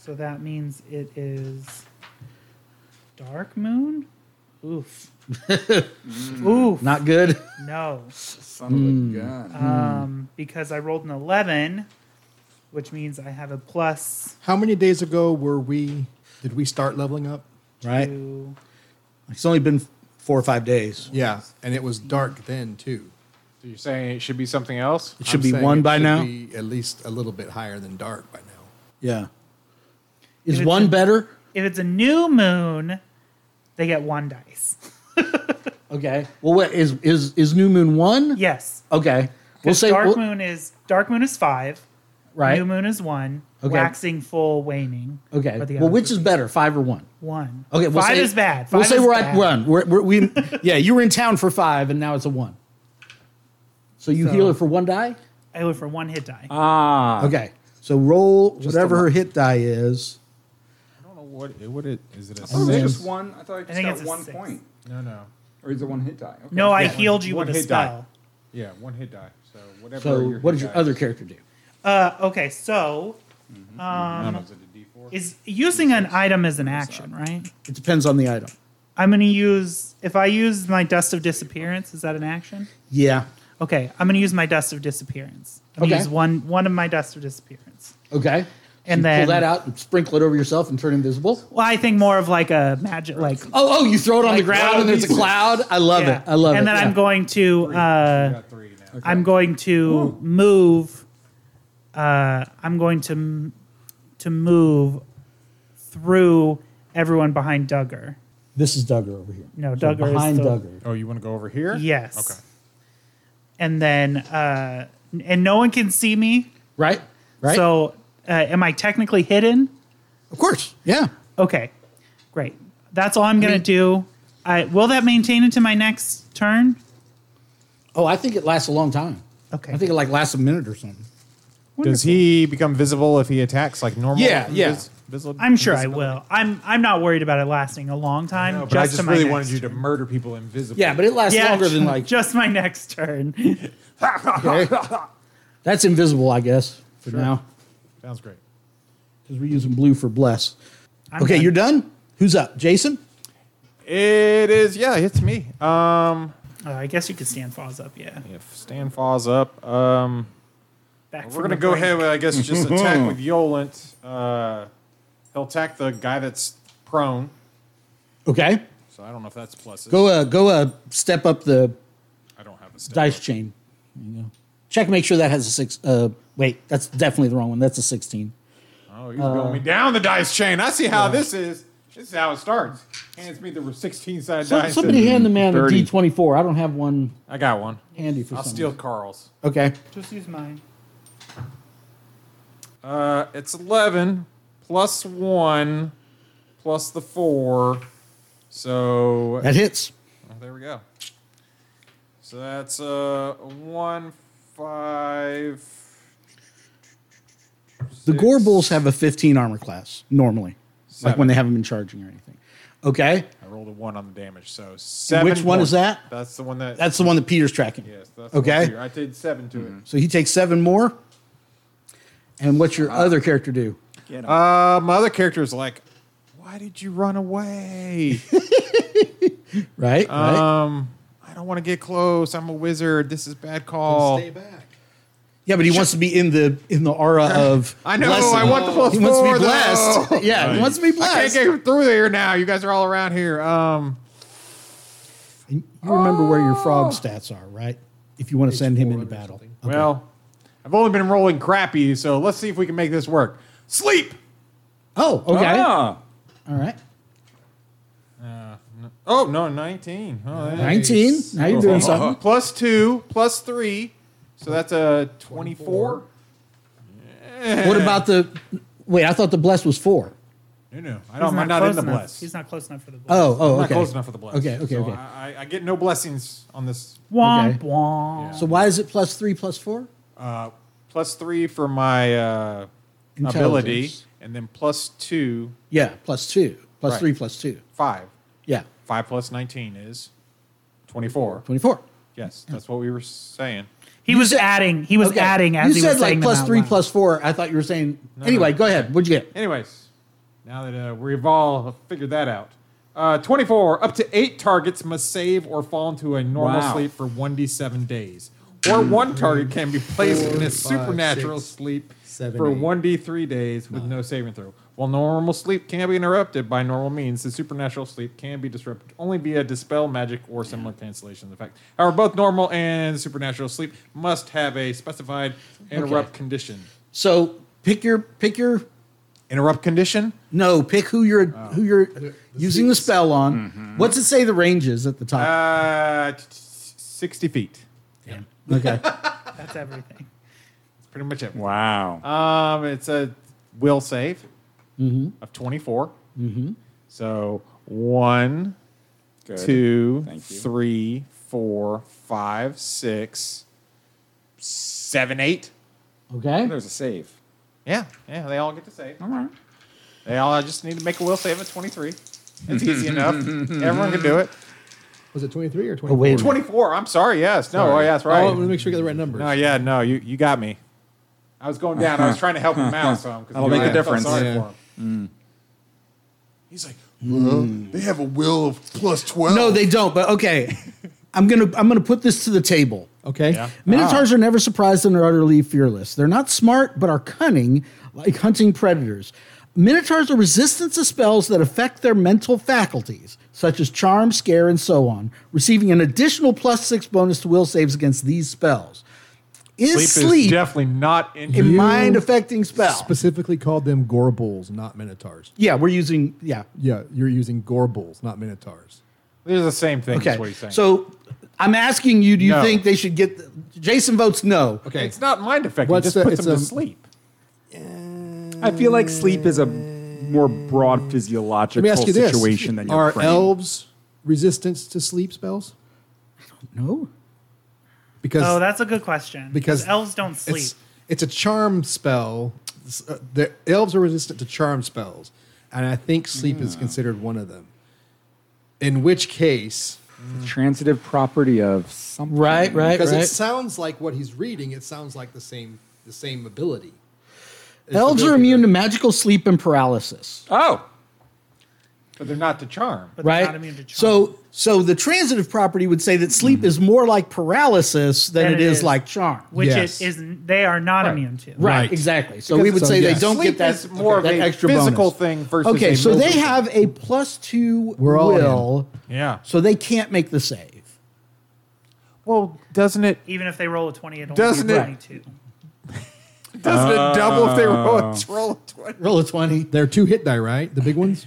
E: so that means it is dark moon. Oof.
A: [LAUGHS] Mm.
E: Oof.
A: Not good.
E: No.
D: Son
E: Hmm.
D: of a gun.
E: Um, because I rolled an eleven, which means I have a plus
C: [LAUGHS] How many days ago were we? Did we start leveling up?
A: [LAUGHS] Right.
E: two.
A: It's only been four or five days.
C: Yeah, and it was dark then too.
F: So you're saying it should be something else?
A: It should
C: I'm
A: be
C: saying
A: one
C: it
A: by
C: should
A: now.
C: be at least a little bit higher than dark by now.
A: Yeah. Is
E: If it's
A: one
E: a-
A: better?
E: If it's a new moon, they get one dice.
A: Okay. Well, what is is is new moon one?
E: Yes.
A: Okay. We'll
E: 'Cause
A: say
E: dark
A: we'll-
E: moon is dark moon is five.
A: right.
E: New moon is one.
A: Okay.
E: Waxing full, waning.
A: Okay.
E: But the
A: Well,
E: other
A: which
E: two-
A: is better, five or one?
E: one?
A: Okay. We'll
E: five
A: say,
E: is bad.
A: we'll
E: Five
A: say
E: is
A: we're
E: bad.
A: at one. We're, we're, we yeah, you were in town for five, and now it's a one. So you
E: So-
A: heal it for one die.
E: I went for one hit die.
F: Uh,
D: Ah.
A: Okay. So roll whatever
D: a
A: her hit die is.
F: I don't know what it, what it is. It a
D: Oh,
A: man.
D: it's
A: six?
D: just one. I thought I just
E: think
D: got
E: it's a
D: one
E: six.
D: point.
F: No, no.
D: Or is it one hit die? Okay.
E: no, I healed you
F: one
E: with a
F: hit die.
E: spell.
F: Yeah, one hit die. So whatever.
A: So
F: your
A: what
F: hit
A: does your
F: die
A: other
F: is.
A: character do?
E: Uh, okay, so
F: I don't know, is it a D4?
E: is using an item as an action, right?
A: It depends on the item.
E: I'm gonna use if I use my dust of disappearance, is that an action?
A: Yeah.
E: Okay, I'm gonna use my dust of disappearance. I'm gonna
A: Okay.
E: use one one of my dust of disappearance.
A: Okay. So
E: And
A: you
E: then-
A: pull that out and sprinkle it over yourself and turn invisible.
E: Well, I think more of like a magic, like
A: Oh, oh! You throw it on the ground and there's a cloud. I love
E: yeah.
A: it. I love
E: and
A: it.
E: then I'm
A: yeah.
E: going to uh,
F: You got three now.
E: I'm going to move. Uh, I'm going to m- to move through everyone behind Duggar.
A: This is Duggar over here.
E: No,
A: So
E: Duggar is
A: behind
E: still-
A: Duggar.
F: Oh, you want to go over here?
E: Yes.
F: Okay.
E: And then uh, n- and no one can see me.
A: Right. Right.
E: So uh, am I technically hidden?
A: of course. Yeah.
E: Okay. Great. That's all I'm gonna do. I will that maintain into my next turn?
A: Oh, I think it lasts a long time.
E: Okay.
A: I think it like lasts a minute or something.
F: Does he become visible if he attacks like normal?
A: Yeah, yeah.
F: Visible,
E: I'm sure I will. I'm I'm not worried about it lasting a long time.
F: No, but
E: just
F: I
E: to
F: just
E: my
F: really
E: next
F: wanted you to
E: turn.
F: murder people invisibly.
A: Yeah, but it lasts
E: Yeah,
A: longer than [LAUGHS] like
E: [LAUGHS] just my next turn. [LAUGHS]
A: [LAUGHS] that's invisible, I guess, for now
F: sounds great.
A: because we're using blue for bless.
E: I'm
A: okay,
E: done.
A: you're done. Who's up, Jason?
F: It is. Yeah, it's me. Um,
E: Uh, I guess you could stand falls up, yeah.
F: if Stan falls up, um,
E: Back
F: we're
E: from
F: gonna
E: the
F: go
E: break.
F: ahead with I guess [LAUGHS] just attack with Yolent. Uh, he'll attack the guy that's prone.
A: Okay,
F: So I don't know if that's pluses.
A: go uh, go uh, step up the
F: I don't have a step.
A: dice chain. There you go. Check make sure that has a six. Uh, wait, that's definitely the wrong one. That's a sixteen.
F: Oh, he's going me down the dice chain. I see how this is. This is how it starts. Hands me the 16 side
A: So,
F: dice.
A: somebody hand the man a
D: 30.
A: D twenty four. I don't have one
F: I got one.
A: handy for
F: I'll
A: some
F: steal
A: reason.
F: Carl's.
A: Okay,
E: Just use mine.
F: Uh, it's 11 plus 1 plus the oh, 4. So
A: that hits.
F: there we go. So that's uh, 1,
D: five.
A: The Gore Bulls have a 15 armor class normally, like when they haven't been charging or anything. Okay.
F: I rolled a one on the damage, so seven.
A: which one is
F: points.
A: that?
F: That's the one that.
A: That's the one that Peter's tracking.
F: Yes. That's The one
A: okay. Mm-hmm.
F: here. I did seven to
A: So he takes seven more. And what's your
F: Uh-huh.
A: other character do?
F: it. Uh, my other character is like, why did you run
A: [LAUGHS]
F: away?
A: Right? right?
F: um, I don't want to get close. I'm a wizard. This is bad call.
A: Oh.
C: Stay back.
A: Yeah, but he wants to be in the in the aura of
F: I know.
A: blessing.
F: I want the plus
A: He wants to
F: four,
A: be blessed.
F: though.
A: Yeah, he wants to be
F: I can't
A: blessed.
F: get through there now. You guys are all around here. Um,
A: And you remember where your frog stats are, right? If you want to send him into battle. Okay.
F: well, I've only been rolling crappy, so let's see if we can make this work. Sleep.
A: Oh, okay.
D: Ah,
A: All right.
F: Oh no, nineteen. Oh, that-
A: 19. Now you're doing something.
F: Plus two, plus three, so that's a twenty-four. [LAUGHS]
A: What about the. Wait, I thought the blessed was four.
F: No, no, I
E: He's
F: don't. I'm not in
E: close
F: the
E: enough.
F: bless.
E: He's not close enough for the bless.
A: Oh, oh,
F: I'm not
A: okay.
F: close enough for the bless.
A: Okay, okay,
F: So
A: okay.
F: I, I- I get no blessings on this.
E: Womp
A: Okay.
E: womp.
A: So why is it plus three, plus four?
F: Uh, plus three for my uh, ability,
A: Intelligence.
F: and then plus two,
A: Yeah, plus two. Plus
F: Right.
A: three, plus two.
F: five.
A: Yeah,
F: Five plus nineteen is twenty-four.
A: 24.
F: Yes, that's what we were saying.
E: He was adding. He was
A: Okay.
E: adding as
A: you
E: he
A: said
E: was saying
A: like
E: them
A: plus
E: out
A: three,
E: loud.
A: plus four. I thought you were saying. anyway, go ahead. What'd you get?
F: Anyways, now that uh, we've all figured that out, uh, 24, up to eight targets must save or fall into a normal
D: Wow.
F: sleep for 1d7 days. Or one target can be placed in a supernatural
C: six,
F: sleep
C: seven,
F: for
C: eight.
F: 1d3 days with no saving throw. While normal sleep can be interrupted by normal means, the supernatural sleep can be disrupted only via dispel magic or similar cancellation effect. However, both normal and supernatural sleep must have a specified interrupt condition.
A: So pick your pick your
F: Interrupt condition?
A: no pick who you're who you're using Oh. the Mm-hmm. spell on. What's it say the range is at the top?
F: Uh, t- t- 60 feet.
A: [LAUGHS] okay,
E: That's everything.
F: That's pretty much it.
D: Wow.
F: Um, it's a will save of 24. Mm-hmm. So one,
D: good.
F: two,
D: Thank you.
F: three, four, five, six, seven, eight.
A: okay.
D: There's a save.
F: Yeah, yeah, they all get to save.
D: All right.
F: They all just need to make a will save at 23. It's
D: [LAUGHS]
F: easy enough. Everyone can do it.
C: Was it 23 or 24?
A: Oh, wait. a minute.
F: 24, I'm sorry, yes. No, oh, yeah, that's
C: Oh,
F: right.
C: let me make sure we get the right numbers.
F: No, yeah, no, you, you got me. I was going down. I was trying to
A: [LAUGHS]
F: help him out. So I'm,
D: That'll make a difference.
F: Sorry
C: Yeah.
F: for him.
A: Mm.
H: He's like, well, they have a will of plus 12.
A: No, they don't. But okay, I'm gonna I'm gonna put this to the table. Okay, Minotaurs are never surprised and are utterly fearless. They're not smart, but are cunning, like hunting predators. Minotaurs are resistant to spells that affect their mental faculties, such as charm, scare, and so on, receiving an additional plus six bonus to will saves against these spells.
F: Sleep,
A: Is
F: is
A: sleep,
F: definitely not in
A: a
F: here.
A: mind affecting spell?
C: Specifically called them gore bulls, not minotaurs.
A: yeah, we're using yeah.
C: Yeah, you're using gore bulls, not minotaurs.
F: They're the same thing.
A: Okay,
F: Is what he's saying.
A: so I'm asking you: Do you
F: No.
A: think they should get? The, Jason votes no.
C: Okay.
F: it's not mind affecting. It
C: What's
F: just
C: the-
F: puts
C: it's
F: them
C: a-
F: to sleep.
D: I feel like sleep is a more broad physiological
C: Let me ask you this.
D: situation than your
C: Are
D: frame.
C: elves resistant to sleep spells?
A: No.
C: Because
E: Oh, that's a good question.
C: because
E: elves don't sleep.
C: It's, it's a charm spell. S- uh, The elves are resistant to charm spells, and I think sleep is considered one of them. In which case,
D: transitive property of something.
A: Right, right,
C: because
A: right.
C: it sounds like what he's reading, it sounds like the same the same ability. It's
A: Elves
C: the
A: are
C: ability
A: immune to magical sleep and paralysis,
D: Oh,
F: But they're not to charm.
E: but they're not
A: right?
E: immune to charm.
A: So, so the transitive property would say that sleep
C: Hmm.
A: is more like paralysis than
E: Than
A: it
E: it
A: is,
E: is.
A: like charm.
E: which
C: Yes.
E: it isn't. They are not immune to.
A: Right, exactly. So
C: Because-
A: we would
C: so
A: say
C: yes.
A: they don't
F: sleep
A: get that
F: is more
A: that
F: of a physical thing versus.
A: Okay,
F: a
A: so
F: mental
A: they
F: thing.
A: have a plus two
C: We're all
A: will,
F: Yeah.
A: so they can't make the save.
F: Well, doesn't it?
E: Even if they roll a twenty, it only
F: Doesn't it-
E: twenty-two.
F: Doesn't it double if they
A: Oh,
F: roll a roll a twenty?
A: Roll a twenty.
C: They're two hit die, right? The big ones,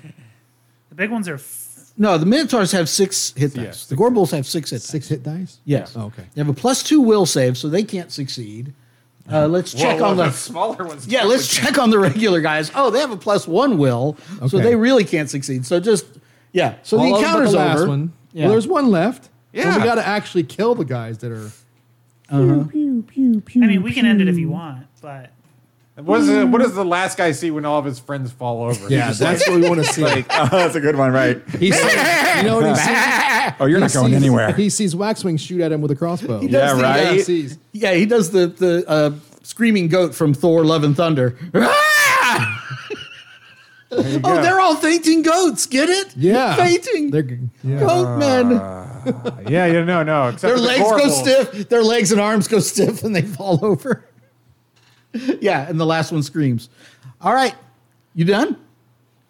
E: The big ones are. F-
A: No, the Minotaurs have six hit dice.
F: six
A: the Gorbals have six hit dice.
C: six hit dice.
A: Yes.
C: Oh, okay.
A: They have a plus two will save, so they can't succeed. Uh, let's check
F: Well,
A: on the
F: smaller ones.
A: Yeah, let's check on the regular guys. Oh, they have a plus one will, so
C: Okay.
A: they really can't succeed. So just yeah. So
C: All
A: the
C: of them but
A: encounter's
C: the last
A: over.
C: One.
A: Yeah.
C: Well, there's one left. so
F: Yeah.
C: we got to actually kill the guys that are
E: I mean, we can end it if you want, but
F: What, is it, what does the last guy see when all of his friends fall over?
C: Yeah,
F: He's just
C: that's
F: like-
C: what we want to [LAUGHS] see.
F: like,
D: [LAUGHS] oh, that's a good one, right?
C: He sees, you know what he sees?
D: Oh, you're
C: He
D: not going
C: sees-
D: anywhere.
C: He sees Waxwing shoot at him with a crossbow.
A: He does
D: Yeah,
A: the,
D: right?
A: uh, sees- yeah, he does the the uh, screaming goat from Thor: Love and Thunder. [LAUGHS] Ah! oh,
F: go.
A: they're all fainting goats. Get it?
C: Yeah.
A: fainting
C: They're uh, g- yeah.
A: goat men.
F: yeah, yeah, no, no. Except
A: their
F: for the
A: legs go
F: corporals.
A: stiff. Their legs and arms go stiff, and they fall over. [LAUGHS] yeah, and the last one screams. All right, you done?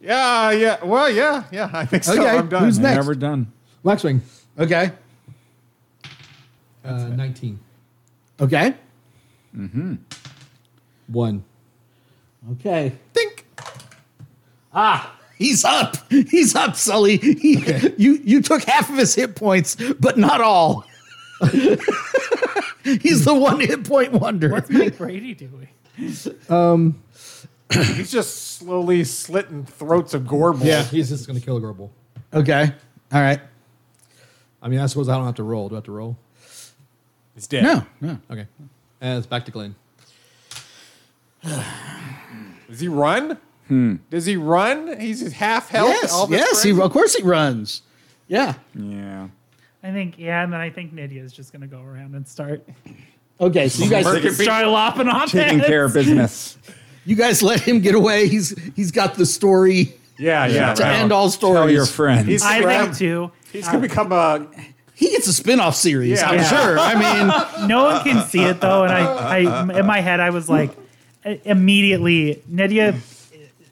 F: Yeah, yeah. Well, yeah, yeah. I think so.
A: Okay,
F: I'm done.
A: who's next?
D: Never done.
C: Waxwing.
A: Okay,
C: Uh, 19.
A: okay,
C: One.
A: okay.
F: Think.
A: He's up. He's up, Sully. He, You you took half of his hit points, but not all. He's the one hit point wonder.
E: what's Mike Brady doing?
F: He's just slowly slitting throats of Gorbel.
C: Yeah, he's just going to kill Gorbel.
A: Okay. All right.
C: I mean, I suppose I don't have to roll. Do I have to roll?
F: He's dead.
A: No, no.
C: Okay. And it's back to Glenn.
F: Does he run? Does he run? He's half health. all
A: Hmm. Yes,
F: of
A: yes.
F: his
A: He,
F: friends-
A: of course he runs. Yeah.
D: Yeah.
E: I think yeah, and then I think Nydia is just gonna go around and start
A: Okay. So you guys
E: start lopping on
D: Taking
E: heads.
D: care of business.
A: you guys let him get away. He's he's got the story
F: Yeah, yeah.
A: to
F: right.
A: end all
D: Tell
A: stories.
D: your friends.
F: He's,
E: I
F: gonna-
E: think too.
F: he's gonna become a.
A: He gets a spin-off series,
F: Yeah.
A: I'm
F: Yeah.
A: sure. I
E: [LAUGHS] No one can see it though, and I, I in my head I was like, i- immediately Nydia,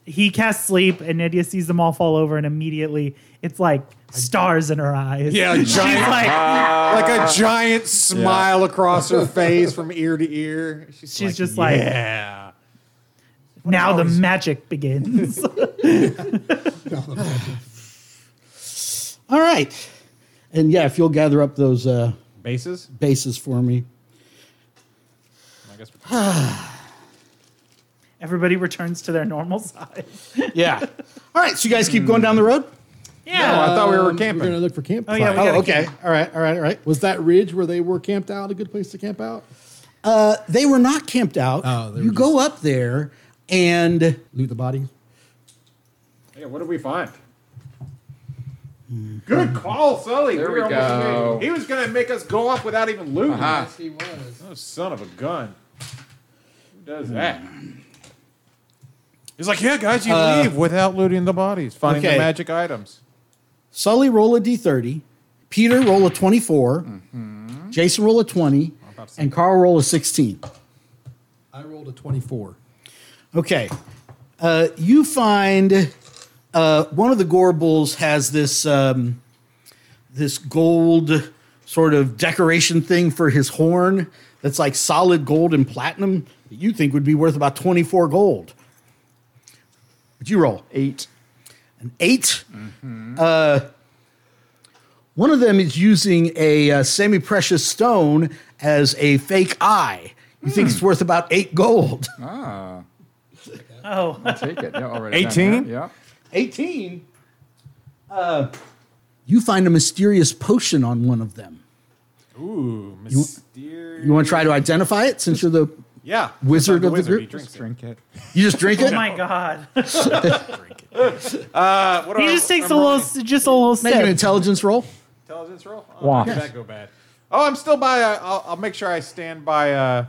E: he casts sleep, and Nydia sees them all fall over, and immediately it's like stars in her eyes.
F: Yeah, a
E: [LAUGHS] she's
F: giant-
E: like,
F: Like a giant smile across her face from ear to ear. She's,
E: she's just
F: like,
E: like,
F: yeah.
E: now the magic begins. [LAUGHS]
A: mean, all right. And yeah, if you'll gather up those uh,
F: Bases?
A: bases for me.
F: I guess.
E: Everybody returns to their normal size.
A: Yeah. all right. So you guys keep going down the road.
F: Oh, I
E: Yeah.
F: thought we
A: Um,
F: were
C: We're going to
F: camping.
C: look for camp.
E: oh yeah. We
C: sites.
E: gotta
A: Oh, okay. All right. All right. All right.
C: Was that ridge where they were camped out a good place to camp out?
A: They were not camped out.
C: Oh, they were
A: you go up there and
C: Loot the bodies?
F: Yeah, what did we find? Good call, Sully.
D: There
F: We
D: we
F: were almost-
D: go.
F: He was going to make us go off without even looting.
D: Uh-huh.
C: He was.
F: Oh, son of a gun. Who does
A: Hmm.
F: that? He's like, yeah, guys, you leave without looting the bodies, finding
A: Uh, okay.
F: the magic items.
A: Sully roll a d30, Peter roll a 24, Jason roll a 20, and Carl roll a 16.
C: I rolled a 24.
A: Okay. Uh, you find uh, one of the Gorbals has this um, this gold sort of decoration thing for his horn that's like solid gold and platinum that you think would be worth about 24 gold. Would you roll?
D: Eight.
A: 8 Uh, one of them is using a uh, semi precious stone as a fake eye. You think it's worth about eight gold.
D: Ah.
E: Oh,
D: Take it. Yeah, already.
F: 18?
D: Yeah.
A: 18. Uh, you find a mysterious potion on one of them.
F: Ooh, mysterious.
A: You want to try to identify it since you're the.
F: yeah.
A: Wizard
F: the
A: of the
F: wizard,
A: group?
F: He drinks it.
D: Drink it.
A: You just drink
E: oh [LAUGHS]
A: it?
E: my
A: [LAUGHS]
E: god.
F: Uh, what do
E: He
F: I-
E: just takes a
F: I'm
E: little,
F: rolling
E: just a little
A: Make an
E: sip.
A: intelligence roll.
F: Intelligence roll? Oh,
D: Walk.
F: Did that go bad? Oh, I'm still by. Uh, I'll, I'll make sure I stand by uh,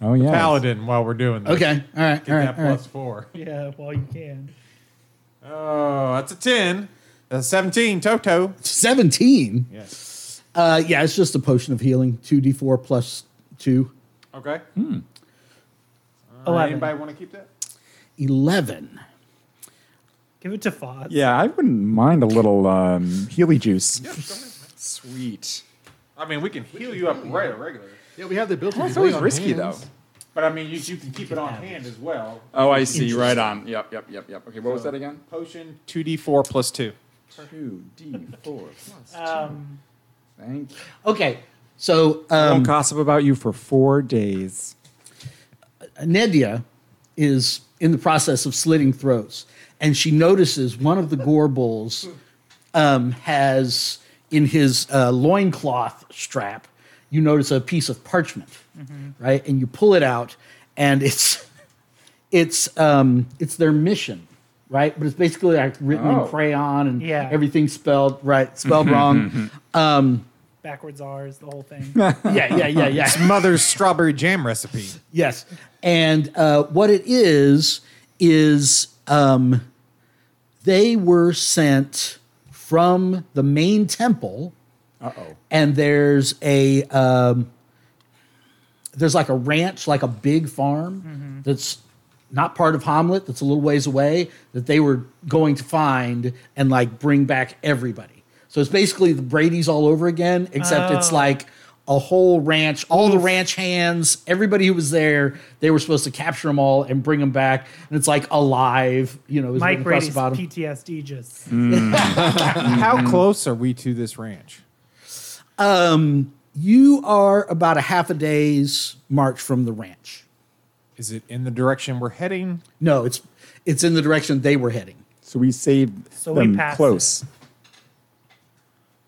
D: Oh yeah.
F: Paladin while we're doing this.
A: Okay. All right.
F: Get
A: All
F: that
A: right. All right.
F: plus four.
E: Yeah, well you can.
F: Oh, that's a 10. That's a 17. Toto.
A: 17.
F: Yes.
A: Uh, yeah, it's just a potion of healing 2d4 plus 2.
F: Okay.
E: Eleven.
F: Anybody want to keep that?
A: 11.
E: Give it to Foz.
D: Yeah, I wouldn't mind a little um, Healy juice. Sweet.
F: I mean, we can heal you up right regular,
C: Yeah, we have the ability.
D: That's always risky though.
F: but I mean, you, you can keep it on hand as well.
D: Oh, I see. Right on. Yep, yep, yep, yep. Okay, what was that again?
F: Potion 2d4 plus 2.
D: Two D four plus.
E: Um,
D: Thank you.
A: Okay. So,
D: Don't
A: um,
D: gossip about you for four days.
A: Nedia is in the process of slitting throats, and she notices one of the Gorbals um, has in his uh, loincloth strap you notice a piece of parchment,
E: Mm-hmm.
A: right? And you pull it out, and it's it's um, it's their mission, right? But it's basically like written
E: Oh.
A: in crayon and
E: Yeah.
A: everything spelled right, spelled
E: [LAUGHS]
A: wrong. Um,
E: Backwards R's, the
A: [LAUGHS]
E: whole thing.
A: yeah, yeah, yeah, yeah.
F: It's mother's strawberry jam recipe.
A: Yes. And uh, what it is, is um, they were sent from the main temple. Uh-oh. And there's a um, there's like a ranch, like a big farm
E: Mm-hmm.
A: that's not part of Hamlet, that's a little ways away, that they were going to find and like bring back everybody. So it's basically the Brady's all over again, except it's
E: Oh.
A: like a whole ranch, all the ranch hands, everybody who was there, they were supposed to capture them all and bring them back. And it's like alive, you know, is
E: Mike
A: written across
E: Brady's
A: the bottom.
E: PTSD just.
F: How close are we to this ranch?
A: Um, you are about a half a day's march from the ranch.
F: Is it in the direction we're heading?
A: No, it's it's in the direction they were heading.
D: So we saved
E: So we
D: them
E: passed
D: close.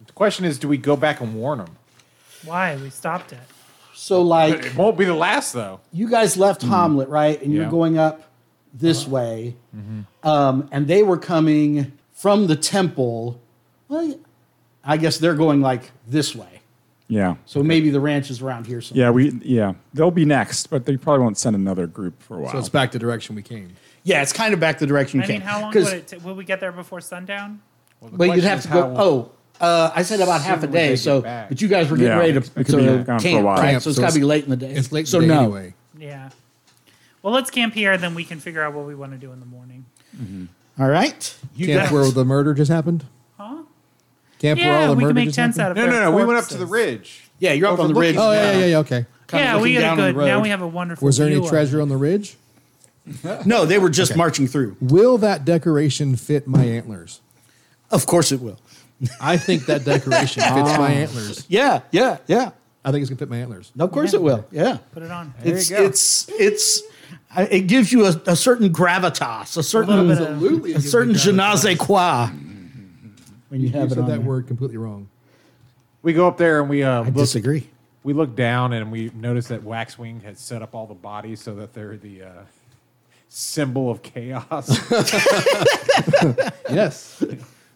F: The question is, do we go back and warn them?
E: Why? We stopped it.
A: So like
F: It won't be the last though.
A: you guys left Hamlet, right? And you're
F: Yeah.
A: going up this way. Um, and they were coming from the temple. Well, I guess they're going like this way.
D: Yeah.
A: So maybe the ranch is around here somewhere.
D: Yeah, we yeah. They'll be next, but they probably won't send another group for a while.
C: So it's back the direction we came.
A: Yeah, it's kind of back the direction you
E: I
A: came.
E: mean, how long
A: 'Cause-
E: would it? T- would we get there before sundown?
F: the
A: Well, you'd
F: question
A: have
F: is
A: to
F: how
A: go. Oh, uh, I said about half a
F: soon would they
A: day.
F: get
A: So,
F: back?
A: but you guys were getting
D: Yeah,
A: ready to,
D: it could
A: to
D: be gone for a
A: camp,
D: while.
A: right?
C: Camp,
A: so it's
C: so
A: got to be
C: it's-
A: late in the day.
C: It's late
A: so
C: so day
A: no.
C: anyway.
E: Yeah. Well, let's camp here, and then we can figure out what we want to do in the morning.
A: All right.
C: You Camp where the murder just happened? Huh? Camp where
E: Yeah,
C: all the
E: we
C: murder
E: can make
C: just
E: tents out
C: happened?
E: of.
F: No,
E: their
F: no, no. We went up to
E: corpses.
F: the ridge.
A: Yeah, you're up on the ridge.
F: Overlooking
C: Oh, yeah, yeah, yeah, okay.
E: Yeah, we
A: looking
E: get a
A: down on
E: good.
A: the road.
E: Now we have a wonderful.
C: Was there any
E: view of-
C: treasure on the ridge?
A: No, they were just marching through.
C: Will that decoration fit my antlers?
A: Of course it will.
C: I think that [LAUGHS] decoration fits my antlers.
A: Yeah, yeah, yeah.
C: Ah. I think it's gonna fit my antlers.
A: Of course it will. Yeah.
E: Put it on.
A: It's it's it's I- it gives you a, a certain gravitas, a certain
E: bit of-
C: Absolutely, it
A: a
C: gives me
A: certain je ne
C: gravitas.
A: sais quoi. When you
C: You
A: have it
C: said
A: on
C: that
A: there.
C: word completely wrong.
F: We go up there and we uh,
A: I
F: look,
A: disagree.
F: we look down and we notice that Waxwing has set up all the bodies so that they're the uh, symbol of
C: [LAUGHS]
F: chaos.
C: Yes,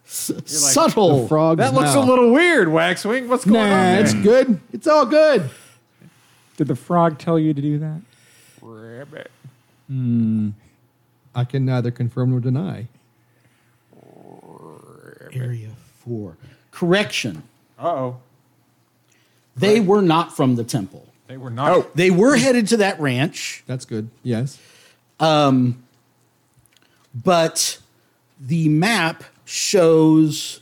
A: Subtle.
C: frog.
F: Oh, that looks a little weird, Waxwing. What's going on?
C: Nah,
F: there?
C: it's good. It's all good.
D: Did the frog tell you to do that?
C: I can neither confirm nor deny.
A: Area four. Correction.
F: Uh-oh.
A: They were not from the temple.
F: They were not.
C: Oh.
A: They were headed to that ranch,
C: That's good. Yes.
A: but the map shows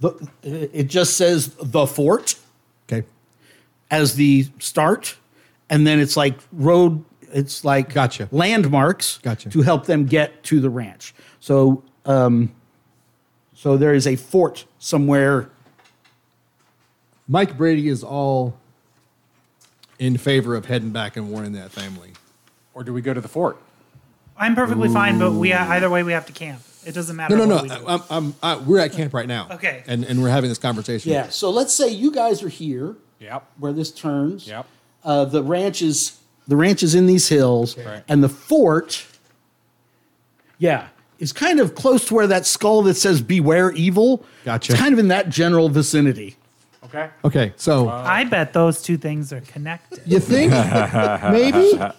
A: the it just says the fort
C: Okay.
A: as the start and then it's like road it's like
C: Gotcha.
A: landmarks
C: Gotcha.
A: to help them get to the ranch. So um so there is a fort somewhere
C: Mike Brady is all in favor of heading back and warning that family.
F: Or do we go to the fort?
E: I'm perfectly fine, but we either way we have to camp. It doesn't matter.
C: No, no,
E: what
C: no. uh,
E: we do.
C: I, I'm, I'm, I, we're at camp right now.
E: Okay.
C: And, and we're having this conversation.
A: Yeah. So let's say you guys are here.
F: Yep.
A: Where this turns.
F: Yep.
A: Uh, the ranch is the ranch is in these hills,
F: Right.
A: and the fort. Yeah, is kind of close to where that skull that says "Beware Evil."
C: Gotcha.
A: It's kind of in that general vicinity.
F: Okay.
C: Okay. So
E: I bet those two things are connected.
A: [LAUGHS]
C: you think maybe?
E: I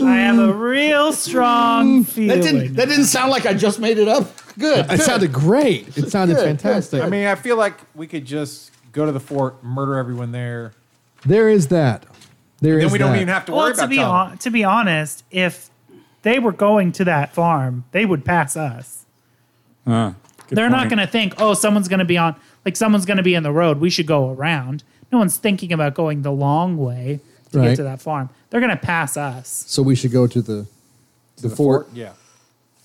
E: have a real strong
C: Mm.
E: feeling.
A: That didn't that didn't sound like I just made Oh it up. Good.
C: It sounded great. It sounded
A: Good, good.
C: fantastic.
F: I mean, I feel like we could just go to the fort, murder everyone there.
C: there is that. There is
F: Then we don't
C: that.
F: even have to worry
E: well, to
F: about
E: be
F: telling
E: on, to be honest, if they were going to that farm, they would pass us. They're not going to think, oh, someone's going to be on, like someone's going to be in the road. We should go around. No one's thinking about going the long way to
C: Right.
E: get to that farm. They're going to pass us.
C: So we should go to the the, fort,
F: Yeah.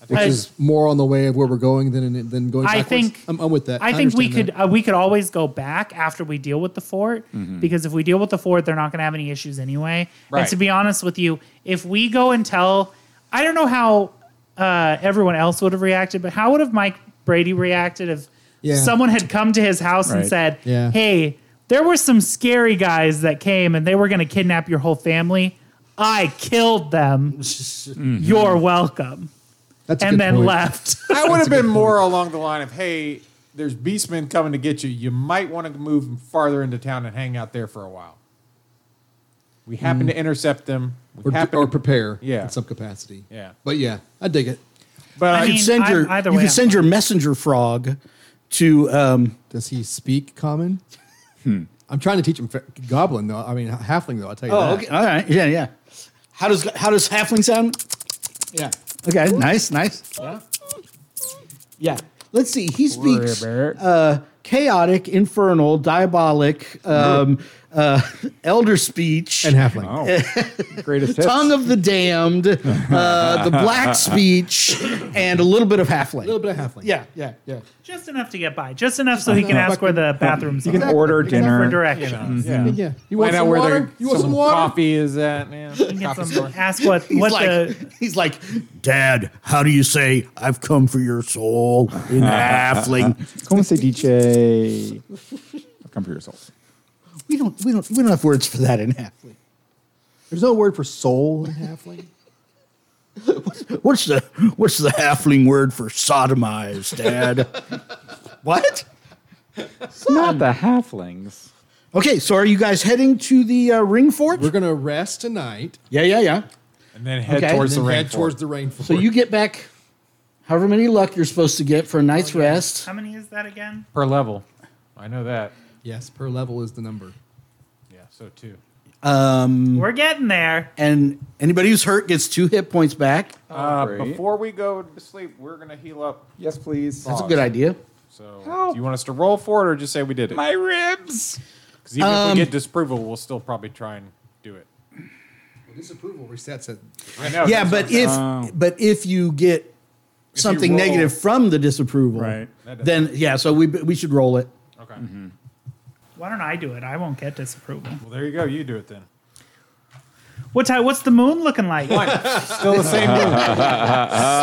C: which
E: I-
C: is more on the way of where we're going than than going.
E: I
C: Backwards.
E: think-
C: I'm, I'm with that.
E: I, think we
C: understand
E: could uh, we could always go back after we deal with the fort because if we deal with the fort, they're not going to have any issues anyway.
F: Right.
E: And to be honest with you, if we go and tell, I don't know how uh, everyone else would have reacted, but how would have Mike Brady reacted if
C: Yeah.
E: someone had come to his house and
D: Right.
E: said,
C: Yeah.
E: "Hey, There were some scary guys that came and they were going to kidnap your whole family. I killed them. You're welcome.
C: That's a
E: and
C: good
E: then
C: point.
E: left.
F: I would have been more along the line of, hey, there's beastmen coming to get you. You might want to move farther into town and hang out there for a while. We happen to intercept them. We
C: Hmm. or,
F: happen
C: or
F: to-
C: prepare
F: Yeah.
C: in some capacity.
F: Yeah.
C: But yeah, I dig it.
E: [LAUGHS]
F: But
E: I
F: I-
E: mean,
A: could send
E: I'm-
A: your
E: either
A: you
E: way,
A: could
E: I'm
A: send your messenger frog to um,
C: Does he speak common? I'm trying to teach him fa- goblin though. I mean halfling though. I'll tell you
A: Oh,
C: that.
A: okay. All right. Yeah, yeah. How does how does halfling sound?
C: Yeah.
A: Okay. Nice, nice. Yeah. Yeah. Let's see. He speaks uh, chaotic, infernal, diabolic, um, uh, [LAUGHS] elder speech,
C: And halfling.
D: [LAUGHS] Greatest hits.
A: tongue of the [LAUGHS] damned, uh, the black speech, and a little bit of halfling.
C: A little bit of halfling.
A: Yeah, yeah,
C: Yeah.
E: Just enough to get by. Just enough so he can ask where the bathrooms
D: You can
E: are.
D: order
E: Except
D: dinner.
E: for directions.
C: Yeah. yeah. You want
F: Find out
C: some
F: where
C: water?
F: their
C: You want
F: some
C: some water?
F: coffee is at, man.
E: You can get some, ask what, what
A: like,
E: the
A: [LAUGHS] he's like, Dad, how do you say I've come for your soul [LAUGHS] in halfling?
D: Como se dice? Come for yourself.
A: we don't, we don't, we don't have words for that in halfling.
C: There's no word for soul
A: [LAUGHS]
C: in halfling.
A: What's the what's the halfling word for sodomized, Dad? [LAUGHS] what?
D: Not the halflings.
A: Okay, so are you guys heading to the uh, ring fort?
C: We're gonna rest tonight.
A: yeah, yeah, yeah.
F: And then head
A: Okay.
F: towards
C: and
F: the
C: then
F: rain.
C: head towards the rainforest.
A: So you get back however many luck you're supposed to get for a night's rest.
E: How many is that again?
F: per level. I know that.
C: yes, per level is the number.
F: Yeah, so two.
E: We're getting there.
A: And anybody who's hurt gets two hit points back.
C: Oh,
F: Uh,
D: great.
F: before we go to sleep, we're gonna heal up.
D: Yes, please.
A: That's a good idea.
F: So, do you want us to roll for it or just say we did it?
D: My ribs.
F: Because even
C: Um,
F: if we get disapproval, we'll still probably try and do it.
C: disapproval resets it.
F: I know.
A: yeah,
F: that's
A: but if but if you get something
F: roll-
A: negative from the disapproval,
D: Right.
F: That
A: Then yeah, so we we should roll it.
F: what- okay.
C: Mm-hmm.
E: Why don't I do it? I won't get disapproval.
F: Well, there you go. You do it then.
E: What time? What's the moon looking like?
F: Still the same moon.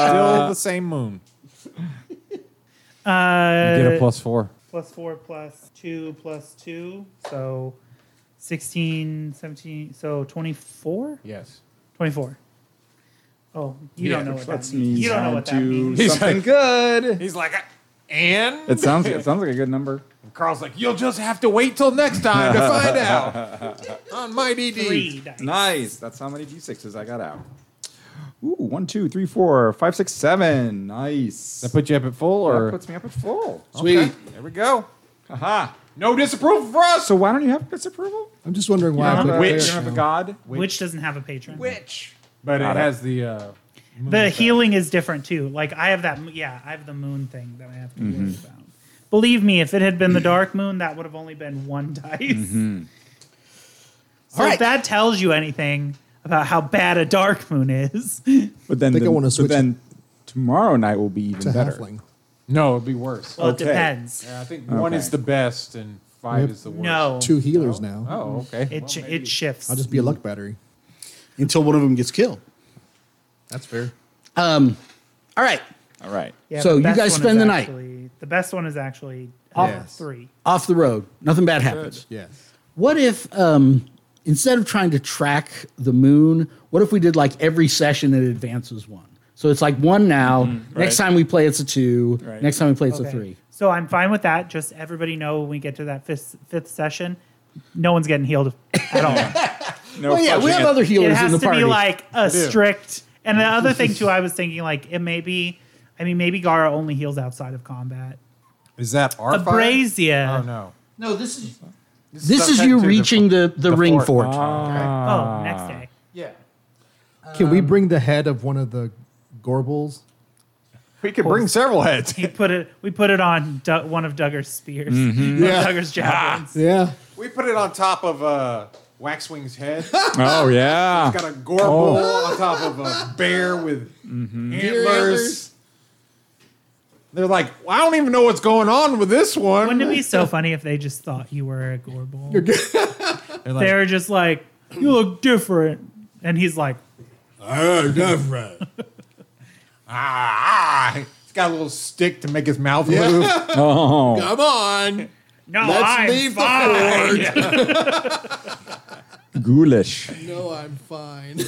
F: Still the same moon.
E: Uh,
F: Get a plus four.
E: plus four, plus two, plus two. So 16, 17. So 24?
F: Yes.
E: 24. Oh, you
F: Yeah,
E: don't know what that
D: Let's
E: means. You don't know what that means.
D: [LAUGHS] something good.
F: He's like, "Uh, and
D: It sounds. It sounds like a good number.
F: Carl's like, you'll just have to wait till next [LAUGHS] time to find out on my DD.
E: Three dice.
D: Nice. That's how many d6s I got out. Ooh, one, two, three, four, five, six, seven. Nice.
F: That put you up at full,
D: That
F: or
D: puts me up at full.
C: Sweet.
F: Oh, there we go.
D: Aha.
F: No disapproval for us.
D: So why don't you have disapproval?
C: I'm just wondering why.
D: You
C: I
D: don't
C: put
D: have a-
C: witch.
D: You don't have a god.
E: Which doesn't have a patron.
D: Witch.
F: But
D: Got
F: it
D: it.
F: has the uh,
E: The healing is different too. Like I have that. Yeah, I have the moon thing that I have to worry about. Believe me, if it had been the dark moon, that would have only been one dice. So
A: All
E: if
A: right.
E: that tells you anything about how bad a dark moon is,
D: But then,
C: think I
D: the-
C: wanna
D: but
C: switch
D: then tomorrow night will be even
C: to
D: better.
C: halfling.
F: no. It'd be worse.
E: well,
D: Okay.
E: it depends.
F: Yeah, I think one is
D: Oh. Okay.
F: the best and five is the worst.
E: No,
C: Two healers now.
F: Oh, okay.
E: it ch- it shifts.
C: I'll just be a luck battery.
A: until one of them gets killed.
C: That's fair.
A: Um, all right,
D: All right.
E: Yeah,
A: so
E: the
A: you
E: best
A: guys
E: one
A: spend
E: is
A: the night.
E: actually- The best one is actually uh,
C: Off- Yes.
E: three.
A: off the road. Nothing bad happens.
C: Yes.
A: What if um, instead of trying to track the moon, what if we did like every session it advances one? So it's like one now. Next
D: right.
A: time we play, it's a two.
D: Right.
A: Next time we play, it's
E: Okay.
A: a three.
E: So I'm fine with that. Just everybody know when we get to that fifth fifth session, no one's getting healed at all. Oh,
D: No
A: Well, yeah, we
D: fudging
A: have
D: it.
A: other
E: it
A: healers in
E: has
A: the
E: to
A: party.
E: be like a strict. And the other [LAUGHS] thing too, I was thinking like it may be. I mean, maybe Gara only heals outside of combat.
F: Is that our five? Oh
E: Abrazia.
F: no.
A: no, this is
F: stuck
A: this is
F: that
A: you
F: to the
A: reaching
F: fo-
A: the the,
F: the Ah.
A: ring fort.
F: fort.
E: Oh, next day.
A: Yeah.
C: Can we bring the head of one of the Gorbals?
F: We could bring several heads.
E: He put it. We put it on Du- one of Duggar's spears. [LAUGHS] One of Duggar's javelins.
C: Yeah.
F: We put it on top of uh, Waxwing's head.
D: Oh yeah.
F: Got a gorble on top of a bear with antlers. They're like, well, I don't even know what's going on with this one.
E: Wouldn't it be so funny if they just thought you were a Gorbol? [LAUGHS] they were just like, you look different, and he's like,
F: Ah, ah. It's got a little stick to make his mouth move.
D: Oh.
C: Come on.
E: No,
H: Let's
E: I'm
H: leave the
E: fine.
D: Ghoulish.
C: No, I'm fine.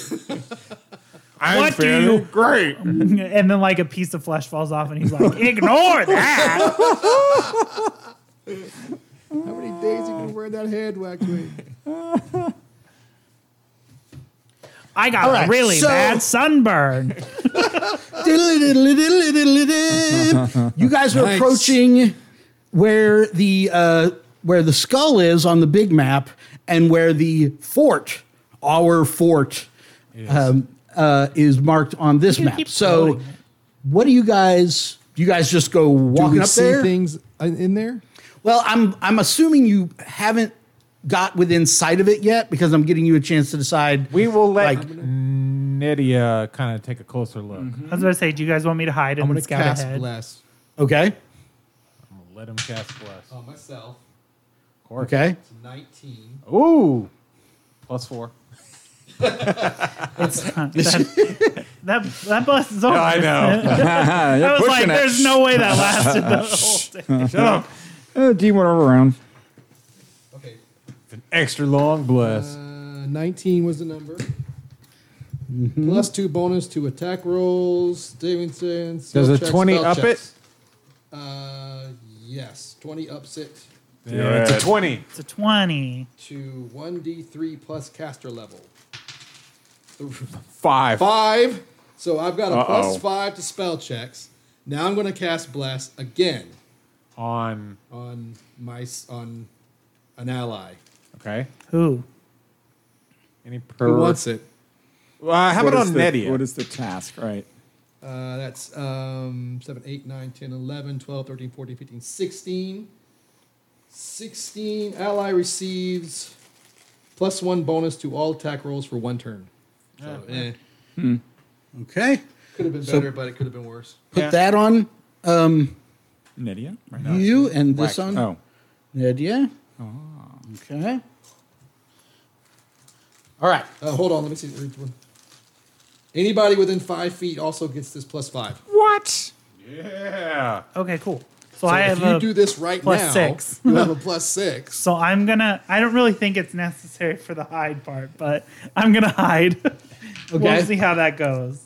E: what do you great? And then like a piece of flesh falls off, and he's like, "Ignore that."
C: [LAUGHS] How many days are you gonna wear that head whack [LAUGHS] wig?
E: I got
A: All right,
E: really
A: so-
E: bad sunburn.
A: you guys are
E: Nice.
A: approaching where the uh, where the skull is on the big map, and where the fort, our fort, um, uh, is marked on this map. So, what do you guys? Do you guys just go walking
C: we
A: up
C: see
A: there?
C: things in in there?
A: Well, I'm I'm assuming you haven't got within sight of it yet because I'm getting you a chance to decide. We will let like
F: Nydia kind of uh, take a closer look.
E: I was about to say, do you guys want me to hide in the
F: gonna
E: scout
F: cast
E: ahead?
C: Bless.
A: okay,
F: Let him cast bless.
C: Oh, myself.
F: Of course.
A: okay.
C: It's 19.
F: Ooh, plus four.
E: It's not- that, that that bus is over.
F: I know. [LAUGHS]
D: [LAUGHS]
E: I
D: You're
E: was like,
D: pushing it.
E: "There's no way that lasted the whole day."
D: Shut up. Uh, D went over around.
F: Extra long bless.
C: Uh, 19 was the number.
F: Mm-hmm.
C: Plus two bonus to attack rolls, saving saves.
F: Does
C: spell
F: a
C: checks,
F: 20
C: spell
F: up
C: checks. Uh, yes. 20 ups it
F: it? Yeah, it's a
D: Yes.
F: twenty.
E: It's a twenty.
C: to 1d3 plus caster level.
F: Five.
C: Five. So I've got a
F: Uh-oh.
C: plus five to spell checks. Now I'm going to cast Bless again
F: on.
C: on my s- on an ally.
F: Okay.
E: Who?
F: Any per-
C: Who wants it?
F: Uh, how
D: What
F: about
D: is
F: on
D: the-
F: Nedia?
D: What is the task? Right.
C: Uh, that's um, 7, 8, 9, 10, 11, 12, 13, 14, 15, 16. 16 ally receives plus one bonus to all attack rolls for one turn. So, eh,
A: Okay.
C: could have been
A: So-
C: better, but it could have been worse.
A: Put that on um,
D: Nedia? Right
A: you and this on
D: Oh.
A: Nedia. Okay. All right.
C: Uh, hold on, let me see. Anybody within five feet also gets this plus five.
D: What?
F: Yeah.
E: Okay, cool.
C: So
E: So, I
C: if
E: have
C: you
E: a,
C: do this right
E: plus
C: now,
E: six.
C: you
E: [LAUGHS]
C: have a plus six.
E: So I'm gonna. I don't really think it's necessary for the hide part, but I'm gonna hide. [LAUGHS]
A: Okay.
E: we'll see how that goes.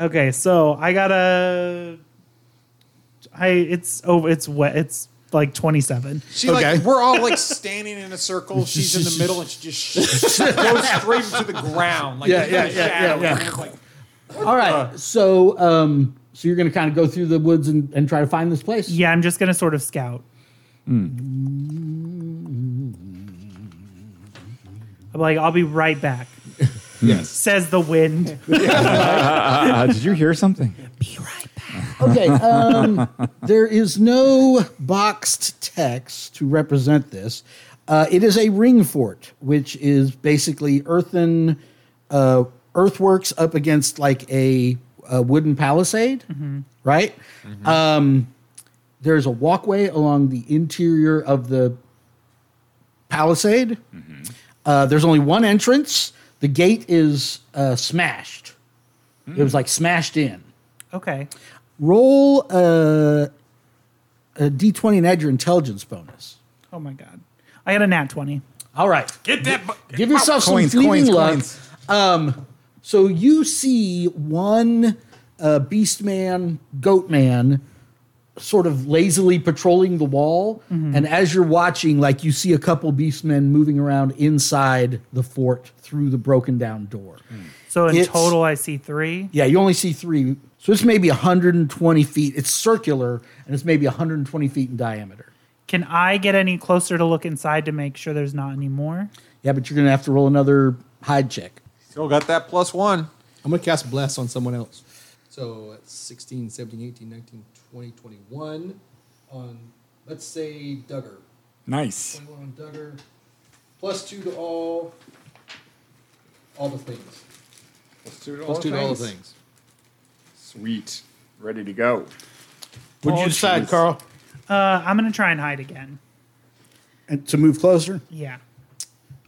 E: Okay, so I got a. I it's over. It's wet. It's like 27.
F: She
A: Okay.
F: like we're all [LAUGHS] like standing in a circle. She's [LAUGHS] in the middle, and she just sh- goes straight to the ground. Like
A: Yeah,
F: in
A: yeah,
F: the
A: yeah,
F: shadow,
A: yeah,
F: and
A: yeah.
F: it's like,
A: All right. So, um, so you're going to kind of go through the woods and, and try to find this place.
E: Yeah, I'm just gonna sort of scout. I'm like, I'll be right back. Yes. Says the wind. [LAUGHS]
D: Uh, did you hear something?
A: Okay. Um, there is no boxed text to represent this. Uh, it is a ring fort, which is basically earthen uh, earthworks up against like a, a wooden palisade, right? Um, there's a walkway along the interior of the palisade. Uh, there's only one entrance. The gate is uh, smashed. It was like smashed in
E: Okay.
A: roll a, a d20 and add your intelligence bonus.
E: Oh my god. I got a nat 20.
A: All right.
F: Get that. bu-
A: Give yourself
D: Coins,
A: some fleeting
D: coins,
A: luck.
D: coins.
A: Um, so you see one uh, beast man, goat man, sort of lazily patrolling the wall. And as you're watching, like you see a couple beast men moving around inside the fort through the broken down door.
E: So in
A: It's-
E: total, I see three.
A: Yeah, you only see three. So it's maybe 120 feet. It's circular and it's maybe 120 feet in diameter.
E: Can I get any closer to look inside to make sure there's not any more?
A: Yeah, but you're gonna have to roll another hide check.
F: Still got that plus one.
C: I'm going to cast Bless on someone else. So that's 16, 17, 18, 19, 20, 21 on, let's say, Duggar.
D: [LAUGHS] Nice.
C: 21 on Duggar. Plus two to all, all the things. Plus two to all the things.
H: Sweet. Ready to go.
J: What'd you decide, Carl?
E: Uh, I'm gonna try and hide again.
A: And to move closer.
E: Yeah.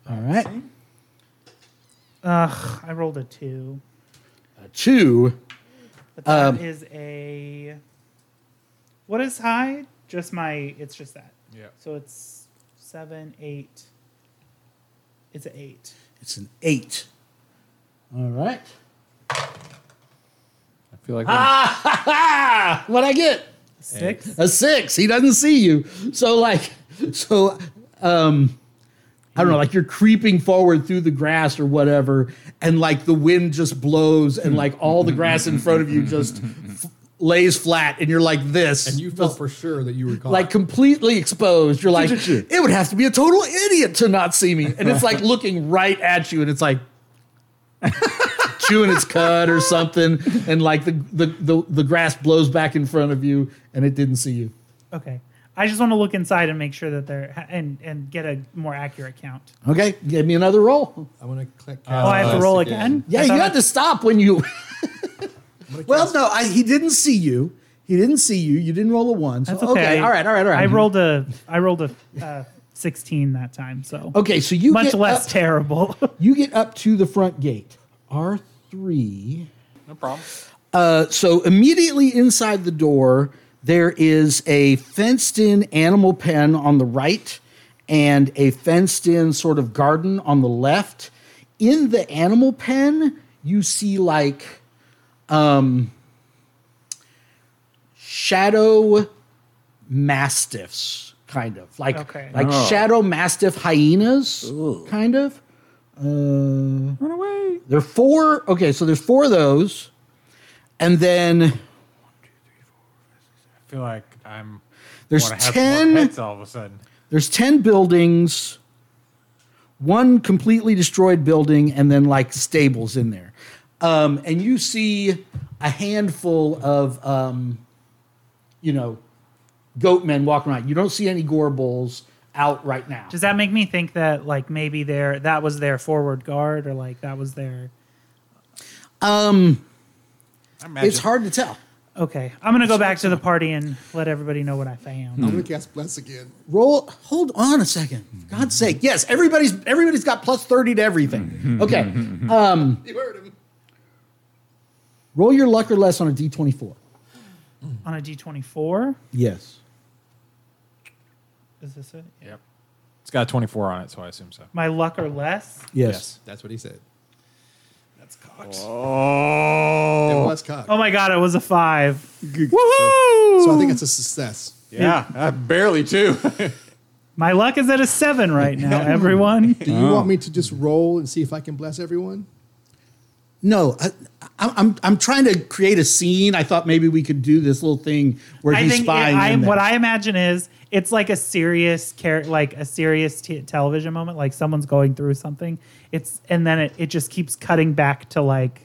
A: All right.
E: Ugh, I rolled a two.
A: A two.
E: But that
A: Um,
E: is a. What is hide? Just my. It's just that.
F: Yeah.
E: So it's seven, eight. It's an eight.
A: It's an eight.
I: All right.
F: I feel like
A: Ah, [LAUGHS] ha, ha! What'd I get?
E: Six.
A: A six. He doesn't see you. So like, so, um, I don't know. Like you're creeping forward through the grass or whatever, and like the wind just blows, and like all the grass in front of you just f- lays flat, and you're like this,
C: And you felt for sure that you were caught.
A: like completely exposed. You're like, it would have to be a total idiot to not see me, and it's [LAUGHS] like looking right at you, and it's like. chewing its cud or something and like the, the the the grass blows back in front of you and it didn't see you
E: Okay. I just want to look inside and make sure that they're and and get a more accurate count.
A: Okay, give me another roll.
C: I want to click.
E: oh, I have to roll again.
A: Yeah,
E: I
A: you
E: thought
A: had to stop when [LAUGHS] you. well, no, I, he didn't see you. He didn't see you. You didn't roll a one. So,
E: That's
A: okay.
E: okay.
A: all right, all right, all right.
E: I rolled a I rolled a uh, sixteen that time, so
A: Okay, so you
E: much
A: get uh,
E: less
A: up-
E: terrible. [LAUGHS]
A: You get up to the front gate. R three.
F: no problem.
A: Uh, so immediately inside the door, there is a fenced-in animal pen on the right, and a fenced-in sort of garden on the left. In the animal pen, you see like. um, shadow mastiffs, kind of like
E: Okay.
A: like shadow mastiff hyenas, kind of. Uh,
D: Run away.
A: there are four. Okay, so there's four of those, and then
F: I feel like I'm.
A: there's
F: wanna have more
A: ten.
F: pets all of a sudden.
A: There's ten buildings. One completely destroyed building, and then like stables in there, um, and you see a handful of. Um, you know, goat men walking around. You don't see any gore bulls out right now.
E: Does that make me think that like maybe their that was their forward guard or like that was their
F: I imagine
A: it's hard to tell.
E: Okay. I'm gonna go back to the party and let everybody know what I found.
C: I'm gonna cast bless again.
A: Roll. Hold on a second. For God's sake. Yes, everybody's everybody's got plus thirty to
E: [LAUGHS]
A: everything. Okay. Um, Roll your luck or less on a d twenty four.
E: On a D twenty four.
A: Yes.
E: Is this it?
F: It's got 24 on it, so I assume so.
E: My luck or less?
A: Yes.
C: That's what he said.
H: That's cocked.
C: It
F: Oh,
C: was cocked.
E: Oh my god, it was a five.
F: woohoo!
C: So I think it's a success.
F: yeah, uh, barely too.
E: My luck is at a seven right now, everyone.
C: Do you want me to just roll and see if I can bless everyone?
A: No. I, I, I'm I'm trying to create a scene. I thought maybe we could do this little thing where
E: I
A: he's
E: think it-
A: spying.
E: I,
A: in there.
E: what I imagine is it's like a serious care, like a serious t- television moment, like someone's going through something. It's and then it, it just keeps cutting back to like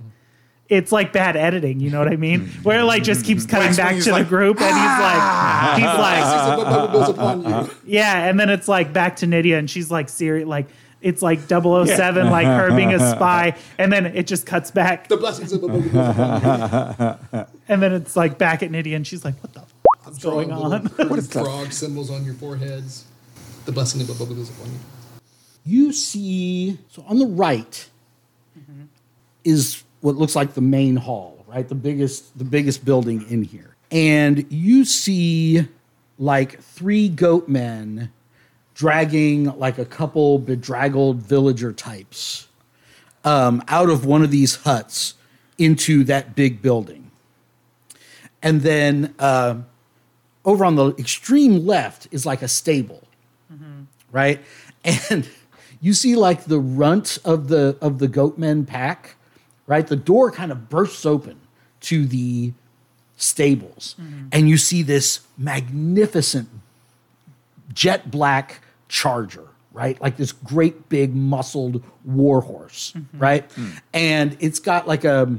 E: it's like bad editing, you know what I
A: [LAUGHS]
E: mean? Where it like just keeps cutting
H: Wax when
E: back
H: he's
E: to
H: like,
E: the group and
A: "Ah!"
E: he's like he's like
C: Builds upon you.
E: yeah, and then it's like back to Nydia and she's like serious like it's like 007 like
A: [LAUGHS]
E: her being a spy and then it just cuts back
C: The blessings of the
E: and then it's like back at Nydia and she's like what the f-?
C: What's
E: going on?
C: [LAUGHS] What is frog symbols on your foreheads? The blessing of the goes upon you.
A: you see so on the right is what looks like the main hall right the biggest the biggest building in here and you see like three goat men dragging like a couple bedraggled villager types um, out of one of these huts into that big building and then uh, over on the extreme left is like a stable right? [LAUGHS] And you see like the runt of the of the goatmen pack, right? The door kind of bursts open to the stables, and you see this magnificent jet black charger, right? Like this great big muscled warhorse, right? And it's got like a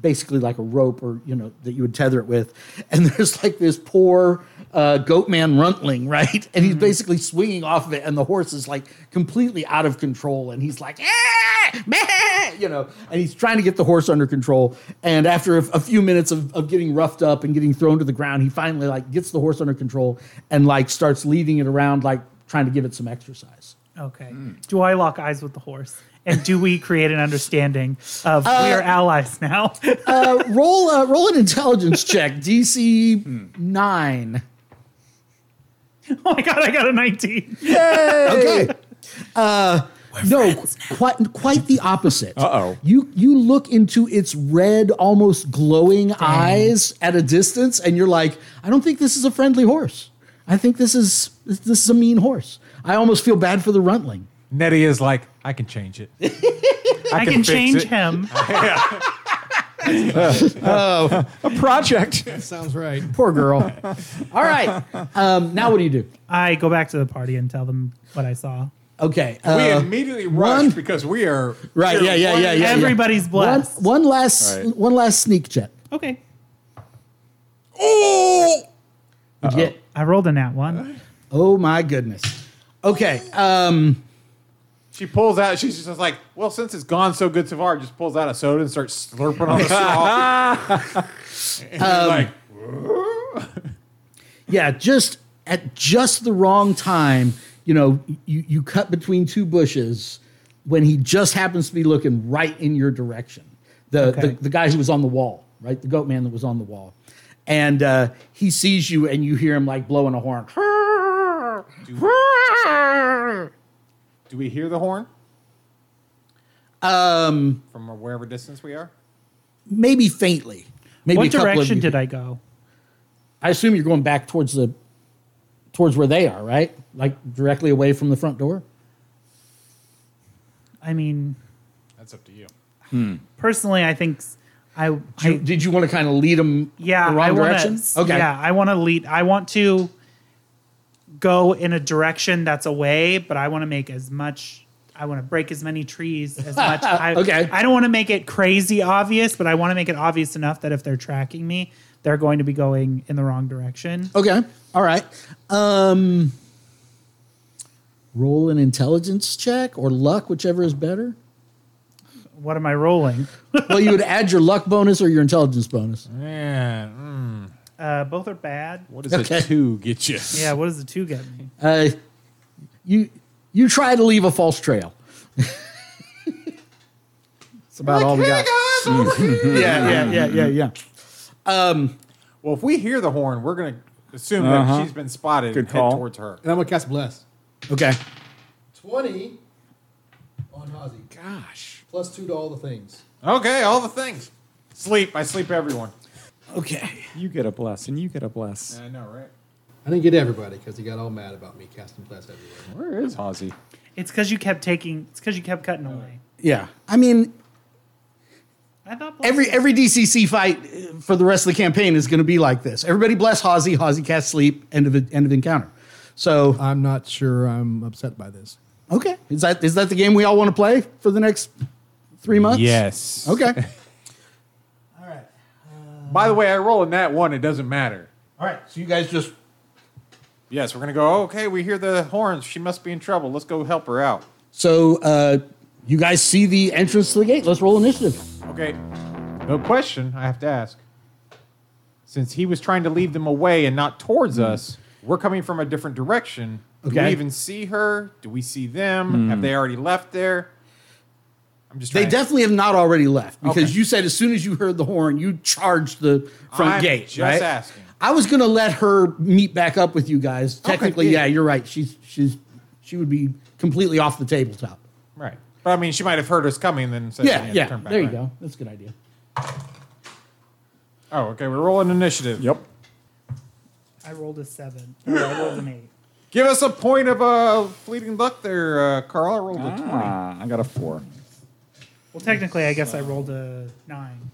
A: basically like a rope or you know that you would tether it with and [LAUGHS] there's like this poor uh, goat man runtling right and he's basically swinging off of it and the horse is like completely out of control and he's like "Ah, meh," you know and he's trying to get the horse under control and after a, a few minutes of, of getting roughed up and getting thrown to the ground he finally like gets the horse under control and like starts leading it around like trying to give it some exercise
E: Okay.
A: Mm.
E: Do I lock eyes with the horse? And do we create an understanding of we are allies now? [LAUGHS] Oh
A: uh, roll uh, roll an intelligence check dc 9
E: Oh my god, I got a 19.
A: Okay. Uh, no, quite quite the opposite.
F: Uh-oh.
A: You you look into its red, almost glowing eyes at a distance, and you're like, I don't think this is a friendly horse. I think this is this is a mean horse. I almost feel bad for the runtling.
F: Nettie is like, I can change it. I
E: I can,
F: fix
E: change
F: it."
E: him.
A: Oh,
F: A [LAUGHS] [LAUGHS] project.
C: Sounds right.
A: poor
F: [LAUGHS]
A: girl. All right. Um, now what do you do?
E: I go back to the party and tell them what I saw.
A: Okay.
F: we
A: uh,
F: immediately rush
A: one-
F: because we are
A: right. Yeah. Yeah. Yeah. Yeah. yeah.
E: Everybody's
A: One,
E: blessed.
A: one last
F: All right.
A: one last sneak check.
E: Okay.
A: Would you get-
E: I rolled in that one.
A: oh my goodness. Okay. Um,
F: She pulls out. She's just like, well, since it's gone so good so far, just pulls out a soda and starts slurping [LAUGHS] on the straw. [LAUGHS] And you're like,
A: yeah. Just at just the wrong time. You know, you you cut between two bushes when he just happens to be looking right in your direction. The
E: Okay.
A: the, the guy who was on the wall, right? The goat man that was on the wall, and uh, he sees you, and you hear him like blowing a horn.
F: do we hear the horn
A: Um,
F: from wherever distance we are?
A: maybe faintly. Maybe
E: what
A: a couple of
E: direction
A: you-
E: did I go?
A: I assume you're going back towards the towards where they are, right? Like directly away from the front door.
E: I mean,
F: That's up to you.
E: personally, I think s- I,
A: Do you-
E: I
A: did you want to kind of lead them
E: yeah,
A: the wrong
E: I wanna,
A: direction? Okay.
E: Yeah, I want to lead. I want to go in a direction that's away, but I want to make as much. I want to break as many trees
A: [LAUGHS]
E: as much. I,
A: Okay.
E: I don't want to make it crazy obvious, but I want to make it obvious enough that if they're tracking me, they're going to be going in the wrong direction.
A: Okay. All right. Um roll an intelligence check or luck, whichever is better.
E: What am I rolling?
A: well, you would add your luck bonus or your intelligence bonus.
F: Man,
E: Uh, both are bad.
F: what does
A: Okay.
F: a two get you?
E: Yeah, what does the two get me?
A: Uh, you you try to leave a false trail.
C: It's about all we got.
A: Yeah, yeah, yeah, yeah, yeah.
F: Well, if we hear the horn, we're gonna assume
D: Uh-huh.
F: that she's been spotted
D: Good
F: and
D: call.
F: head towards her.
C: And I'm gonna cast bless.
A: Okay.
C: Twenty on Hazi. Gosh. Plus two to all the things.
F: Okay, all the things. Sleep. I sleep everyone.
A: Okay.
D: You get a bless, and you get a bless.
F: I know, right?
C: I didn't get everybody because he got all mad about me casting bless everywhere.
D: Where is Ozzy?
E: It's because you kept taking. It's because you kept cutting away.
A: Yeah. I mean,
E: I thought bless-
A: every every DCC fight uh, for the rest of the campaign is going to be like this. Everybody bless Hazi. Hazi cast sleep. End of end of encounter. So
C: I'm not sure I'm upset by this.
A: okay, is that is that the game we all want to play for the next three months?
F: Yes.
A: Okay.
F: Uh, By the way, I roll in that one. It doesn't matter.
J: All right, so you guys just
F: Yes, we're gonna go. Okay, we hear the horns. She must be in trouble. Let's go help her out.
A: so uh, you guys see the entrance to the gate. Let's roll initiative.
F: Okay. No question. I have to ask. Since he was trying to lead them away and not towards us, we're coming from a different direction.
A: Hmm.
F: Do
A: Okay. Hmm.
F: we even see her? Do we see them? Have they already left there? I'm just.
A: They
F: trying to-
A: definitely have not already left because
F: Okay.
A: you said as soon as you heard the horn, you charged the front
F: I'm
A: gate.
F: just
A: right?
F: asking.
A: I was gonna let her meet back up with you guys. Technically,
F: yeah.
A: yeah, you're right. She's she's she would be completely off the tabletop.
F: Right. But I mean, she might have heard us coming and then said,
A: Yeah, yeah.
F: turn back,
A: There you go.
F: right?
A: That's a good idea.
F: Oh, okay. We're rolling initiative.
D: Yep.
E: I rolled a seven. Or I rolled an eight.
F: Give us a point of uh, fleeting luck there, uh, Carl. I rolled a 20.
D: Ah, I got a four.
E: Well, technically, I guess I rolled a nine.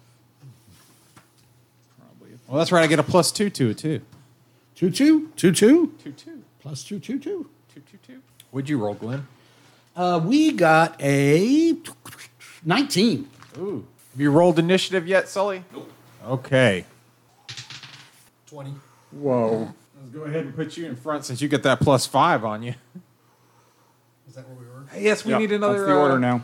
F: Well, that's right. I get a plus two to it, too.
A: Two two two two
F: Two, two.
A: plus two two two.
F: Two, two, two. What'd you roll, Glenn?
A: Uh, we got a nineteen.
F: Ooh. Have you rolled initiative yet, Sully? Nope. Okay.
C: Twenty.
D: Whoa.
F: Let's go ahead and put you in front since you get that plus five on you.
C: Is that where we were?
F: Hey, yes, we
D: Yep,
F: need another.
D: That's the order
F: uh,
D: now.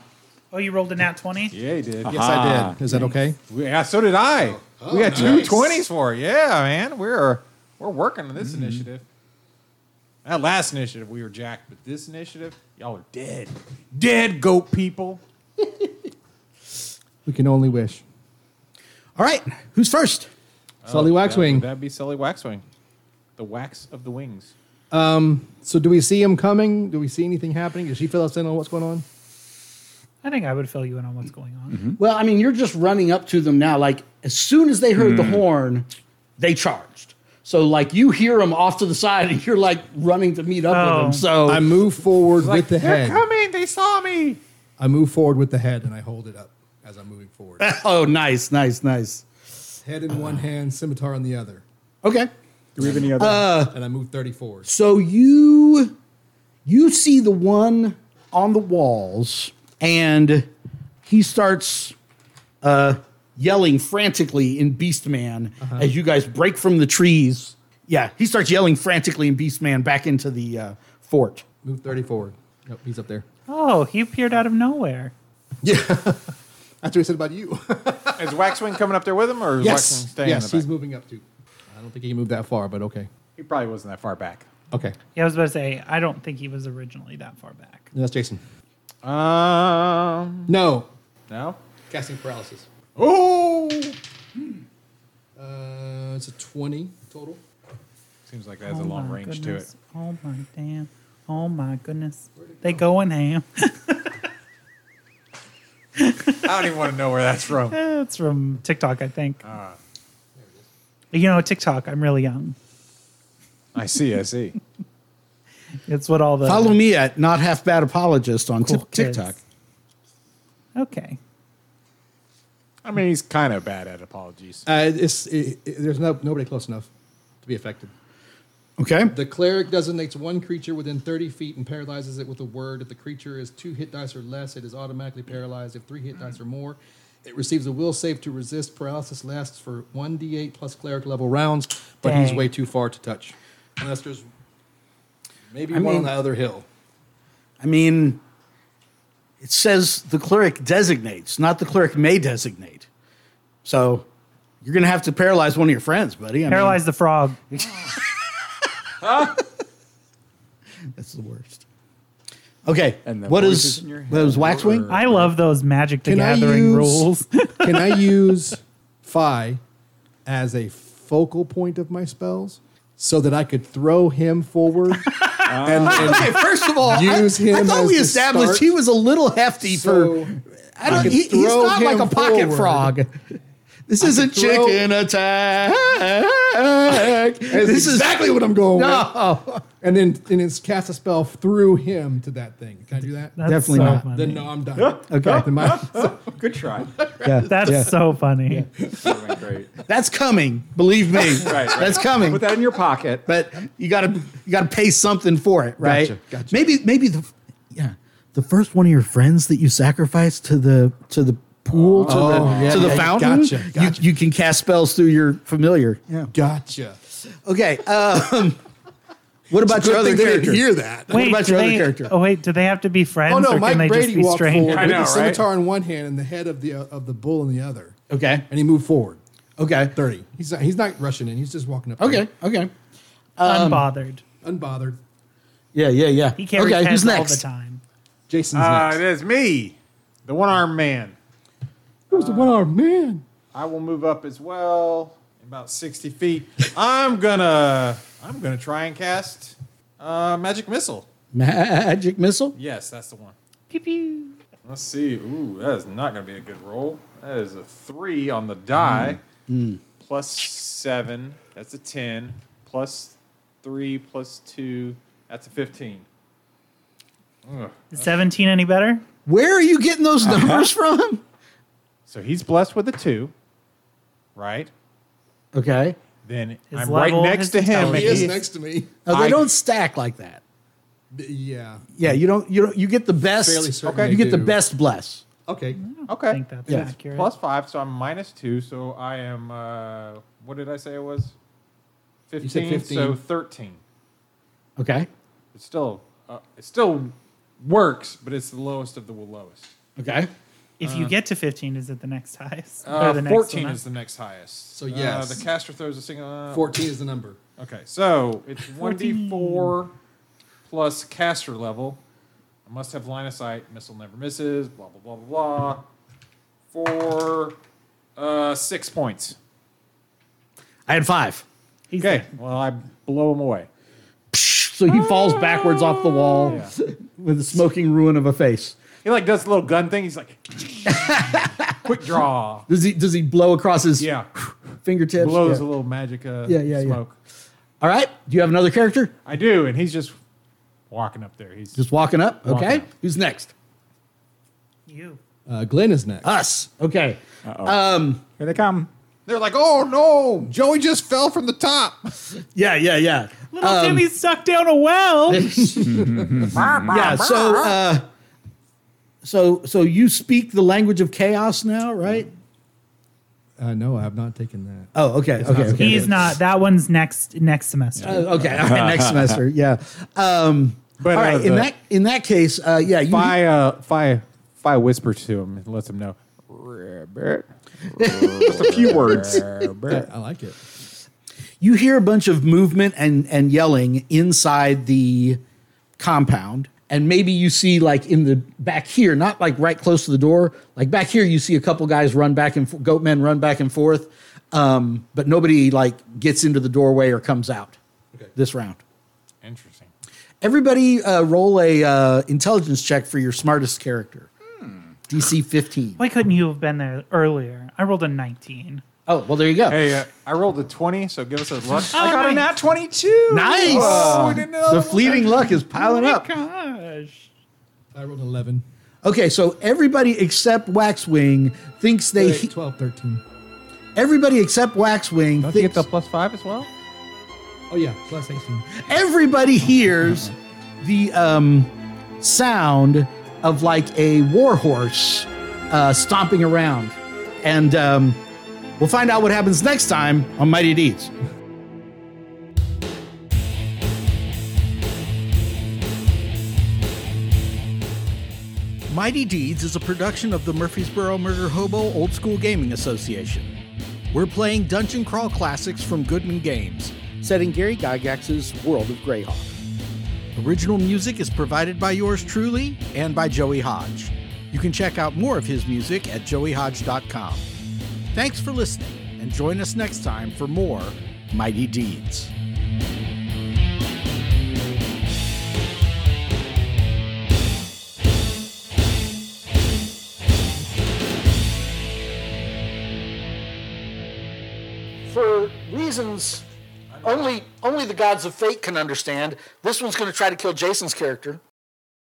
E: Oh, you rolled a nat twenty.
F: Yeah, he did.
C: Yes, I did. Is that okay?
F: We- yeah, so did I.
C: Oh,
F: we had two
C: nice.
F: twenties for. it. Yeah, man, we're we're working on this initiative. That last initiative we were jacked, but this initiative, y'all are dead, dead goat people.
C: We can only wish.
A: All right, who's first?
C: Sully Waxwing.
F: That'd be Sully Waxwing, the wax of the wings.
C: Um, so do we see him coming? Do we see anything happening? Does she fill us in on what's going on?
E: I think I would fill you in on what's going on.
F: Mm-hmm.
A: Well, I mean, you're just running up to them now. Like as soon as they heard the
E: Hmm.
A: horn, they charged. So like you hear them off to the side, and you're like running to meet up with them. So
C: I move forward with the head.
F: coming. They saw me.
C: I move forward with the head and I hold it up as I'm moving forward.
A: [LAUGHS] oh, nice, nice, nice.
C: Head in one hand, scimitar in the other.
A: Okay.
C: Do we have any
A: other- Uh,
C: and I move 30 forward.
A: So you you see the one on the walls, and he starts uh, yelling frantically in Beastman as you guys break from the trees. Yeah, he starts yelling frantically in Beastman back into the uh, fort.
C: Move 30 forward. Nope, he's up there.
E: Oh, he appeared out of nowhere.
C: That's what he said about [LAUGHS] you.
F: Is Waxwing coming up there with him, or is Waxwing
C: yes,
F: staying? in
C: yes,
F: the
C: he's
F: back?
C: moving up too. I don't think he can move that far, but okay.
F: He probably wasn't that far back.
C: Okay.
E: Yeah, I was about to say, I don't think he was originally that far back.
C: That's Jason.
F: Um,
C: no,
F: no.
C: Casting paralysis.
F: Oh,
C: Uh, it's a 20 total.
F: Seems like that
C: Oh
F: has a long
E: Oh my
F: range to it.
E: goodness. Oh my damn. Oh my goodness. They going ham. [LAUGHS]
F: I don't even want to know where that's from.
E: Eh, it's from TikTok, I think.
F: Ah.
E: you know, TikTok, I'm really young.
F: I see. I see.
E: It's what all the
A: Follow me at not half bad apologist on
E: Cool
A: Tik-
E: kids.
A: TikTok.
E: Okay.
F: I mean, he's kind of bad at apologies.
C: Uh, it's, it, it- there's no, nobody close enough to be affected.
A: Okay.
C: The cleric designates one creature within 30 feet and paralyzes it with a word. If the creature is two hit dice or less, it is automatically paralyzed. If three hit dice or more, it receives a will save to resist. Paralysis lasts for 1d8 plus cleric level rounds, but he's
E: Dang.
C: way too far to touch. Unless there's maybe
A: I
C: one on
A: mean-
C: the other hill.
A: I mean, it says the cleric designates, not the cleric may designate. So you're going to have to paralyze one of your friends, buddy. I mean,
E: Paralyze the frog.
A: that's the worst. Okay.
D: And the
A: what
D: voices
A: is
D: in your
A: what is waxwing?
C: [LAUGHS]
E: I love those Magic the
C: Can I
E: Gathering
C: use-
E: rules.
C: [LAUGHS]
E: [LAUGHS]
C: Can I use Phi as a focal point of my spells so that I could throw him [LAUGHS] forward? and, and
A: okay, first of all, I,
C: Use him
A: I thought
C: as
A: we
C: the
A: established
C: start.
A: he was a little hefty
C: So,
A: for. I
C: I
A: don't.
C: could
A: He, he's
C: throw
A: not like
C: him
A: a pocket
C: forward. [LAUGHS]
A: frog. This isn't
C: throw-
A: chicken attack. [LAUGHS]
C: That's
A: this
C: exactly
A: is
C: what I'm going with.
A: no.
C: And then and it's cast a spell through him to that thing. Can I do that?
E: That's
A: Definitely
E: so
A: not.
E: Funny.
C: then no, I'm done.
A: [LAUGHS] Okay.
C: Then my- [LAUGHS]
F: Good try.
E: That's so funny.
F: That went great.
A: That's coming.
D: [LAUGHS]
A: Believe me.
F: right.
A: That's coming.
F: Put that in your pocket.
A: but you gotta you gotta pay something for it, right?
C: Gotcha, gotcha.
A: Maybe maybe the yeah the first one of your friends that you sacrificed to the to the pool to the
C: yeah,
A: to the
C: yeah,
A: fountain.
C: gotcha, gotcha.
A: You, you can cast spells through your familiar. Yeah.
C: Gotcha.
A: Okay. Um, what about your
C: Good
A: other
C: thing they didn't
A: character?
C: hear that.
E: Wait,
A: about
E: do
A: your other
E: they-
A: character?
E: Oh wait, do they have to be friends
C: Oh no,
E: or can
C: Mike
E: they
C: Brady
E: just be
C: walked forward
E: strangers?
F: I
C: with
F: know,
C: the
F: right?
C: scimitar in one hand and the head of the uh, of the bull in the other,
A: Okay.
C: and he moved forward
A: Okay.
C: thirty. He's not, he's not rushing in. He's just walking up.
A: Okay. Okay. Um,
E: Unbothered.
C: there, unbothered.
A: Yeah. Yeah. Yeah.
E: He carries
A: okay.
E: heads
A: Who's
E: all the
A: next?
E: time.
C: Jason's
F: Uh, it
C: next.
F: is me, the one-armed man.
C: Who's the one armed man?
F: I will move up as well, about sixty feet. I'm gonna, I'm gonna try and cast uh, magic missile.
A: Magic missile.
F: Yes, that's the one.
E: Pew pew.
F: Let's see. Ooh, that is not going to be a good roll. That is a three on the die. Plus seven. That's a 10. Plus three, plus two. That's a 15.
E: Is 17 any better?
A: Where are you getting those numbers from?
F: So he's blessed with a two, right?
A: Okay.
F: Then
E: His
F: I'm
E: level,
F: right next
E: his
F: to him.
E: intelligence.
F: and
C: He is
F: he-
C: next to me. [LAUGHS]
A: Oh, they
F: I-
A: don't stack like that.
C: Yeah.
A: Yeah, you don't. You don't. You get the
C: Fairly
A: best.
C: certain Okay.
A: You
C: they
A: get the
C: do.
A: best bless.
C: Okay.
E: I
F: Okay.
E: think that's
A: Yeah.
E: accurate.
F: Plus five, so I'm minus two. So I am, uh, what did I say it was? 15.
C: said 15.
F: So 13.
A: Okay.
F: It's still, uh, it still works, but it's the lowest of the lowest.
A: Okay.
E: if
A: Uh.
E: you get to 15, is it the next highest?
F: Uh,
E: Or the next
F: 14
E: one
F: is the next highest.
C: So
F: Uh,
C: yes.
F: the caster throws a single. Uh,
C: Fourteen is the number.
F: Okay, so it's 1d4 plus caster level. I must have line of sight. Missile never misses. Blah, blah, blah, blah, blah. For uh, six points.
A: I had five.
E: He's
F: Okay, well, I blow him away.
A: So he falls backwards off the wall with the smoking ruin of a face.
F: He like does a little gun thing.
A: [LAUGHS]
F: He's like, quick draw.
A: Does he does he blow across his
F: Yeah.
A: fingertips?
F: Blows
A: Yeah.
F: a little magic uh,
A: Yeah, yeah, yeah.
F: smoke.
A: All right. Do you have another character?
F: I do, and he's just walking up there. He's
A: Just walking up.
F: Walking
A: okay.
F: up.
A: Who's next?
E: You.
C: Uh, Glenn is next.
A: Us. Okay. Um.
D: Here they come.
F: They're like, oh no, Joey just fell from the top.
A: Yeah. Yeah. Yeah.
E: Little
A: Um,
E: Timmy's stuck down a well.
A: yeah. So. Uh, so so you speak the language of chaos now, right?
C: Uh, no, I have not taken that.
A: Oh, okay. Okay. okay.
E: He's not. That one's next next semester.
A: Oh, okay. All right. Next [LAUGHS] semester. Yeah. Um,
F: But,
A: all
F: uh,
A: right.
F: the-
A: in that in that case, uh, yeah.
F: [CLEARS THROAT]
A: You,
F: Fi, uh, Fi, Fi whispers to him and lets him know. Robert.
D: Just a few words.
F: Robert.
C: I like it.
A: you hear a bunch of movement and and yelling inside the compound and maybe you see like in the back here not like right close to the door like back here you see a couple guys run back and f- goat men run back and forth um, but nobody like gets into the doorway or comes out this round
F: Interesting.
A: everybody uh, roll a uh, intelligence check for your smartest character Hmm. dc 15
E: Why couldn't you have been there earlier? I rolled a 19.
A: oh well there you go
F: Hey, uh, I rolled a twenty, so give us a luck.
E: I got a nat
F: 22.
A: nice the fleeting luck is
E: oh
A: piling up
E: Gosh.
C: I rolled an 11.
A: Okay, so everybody except Waxwing thinks they.
C: Wait, 12, 13.
A: Everybody except Waxwing
F: Don't you
A: thinks
F: get the plus five as well?
C: Oh, yeah, plus 18.
A: everybody hears the um, sound of like a war horse uh, stomping around, and um, we'll find out what happens next time on Mighty Deeds. Mighty Deeds is a production of the Murfreesboro Murder Hobo Old School Gaming Association. We're playing dungeon crawl classics from Goodman Games, set in Gary Gygax's World of Greyhawk. Original music is provided by yours truly and by Joey Hodge. You can check out more of his music at joeyhodge.com. Thanks for listening, and join us next time for more Mighty Deeds. for reasons only only the gods of fate can understand. This one's going to try to kill Jason's character.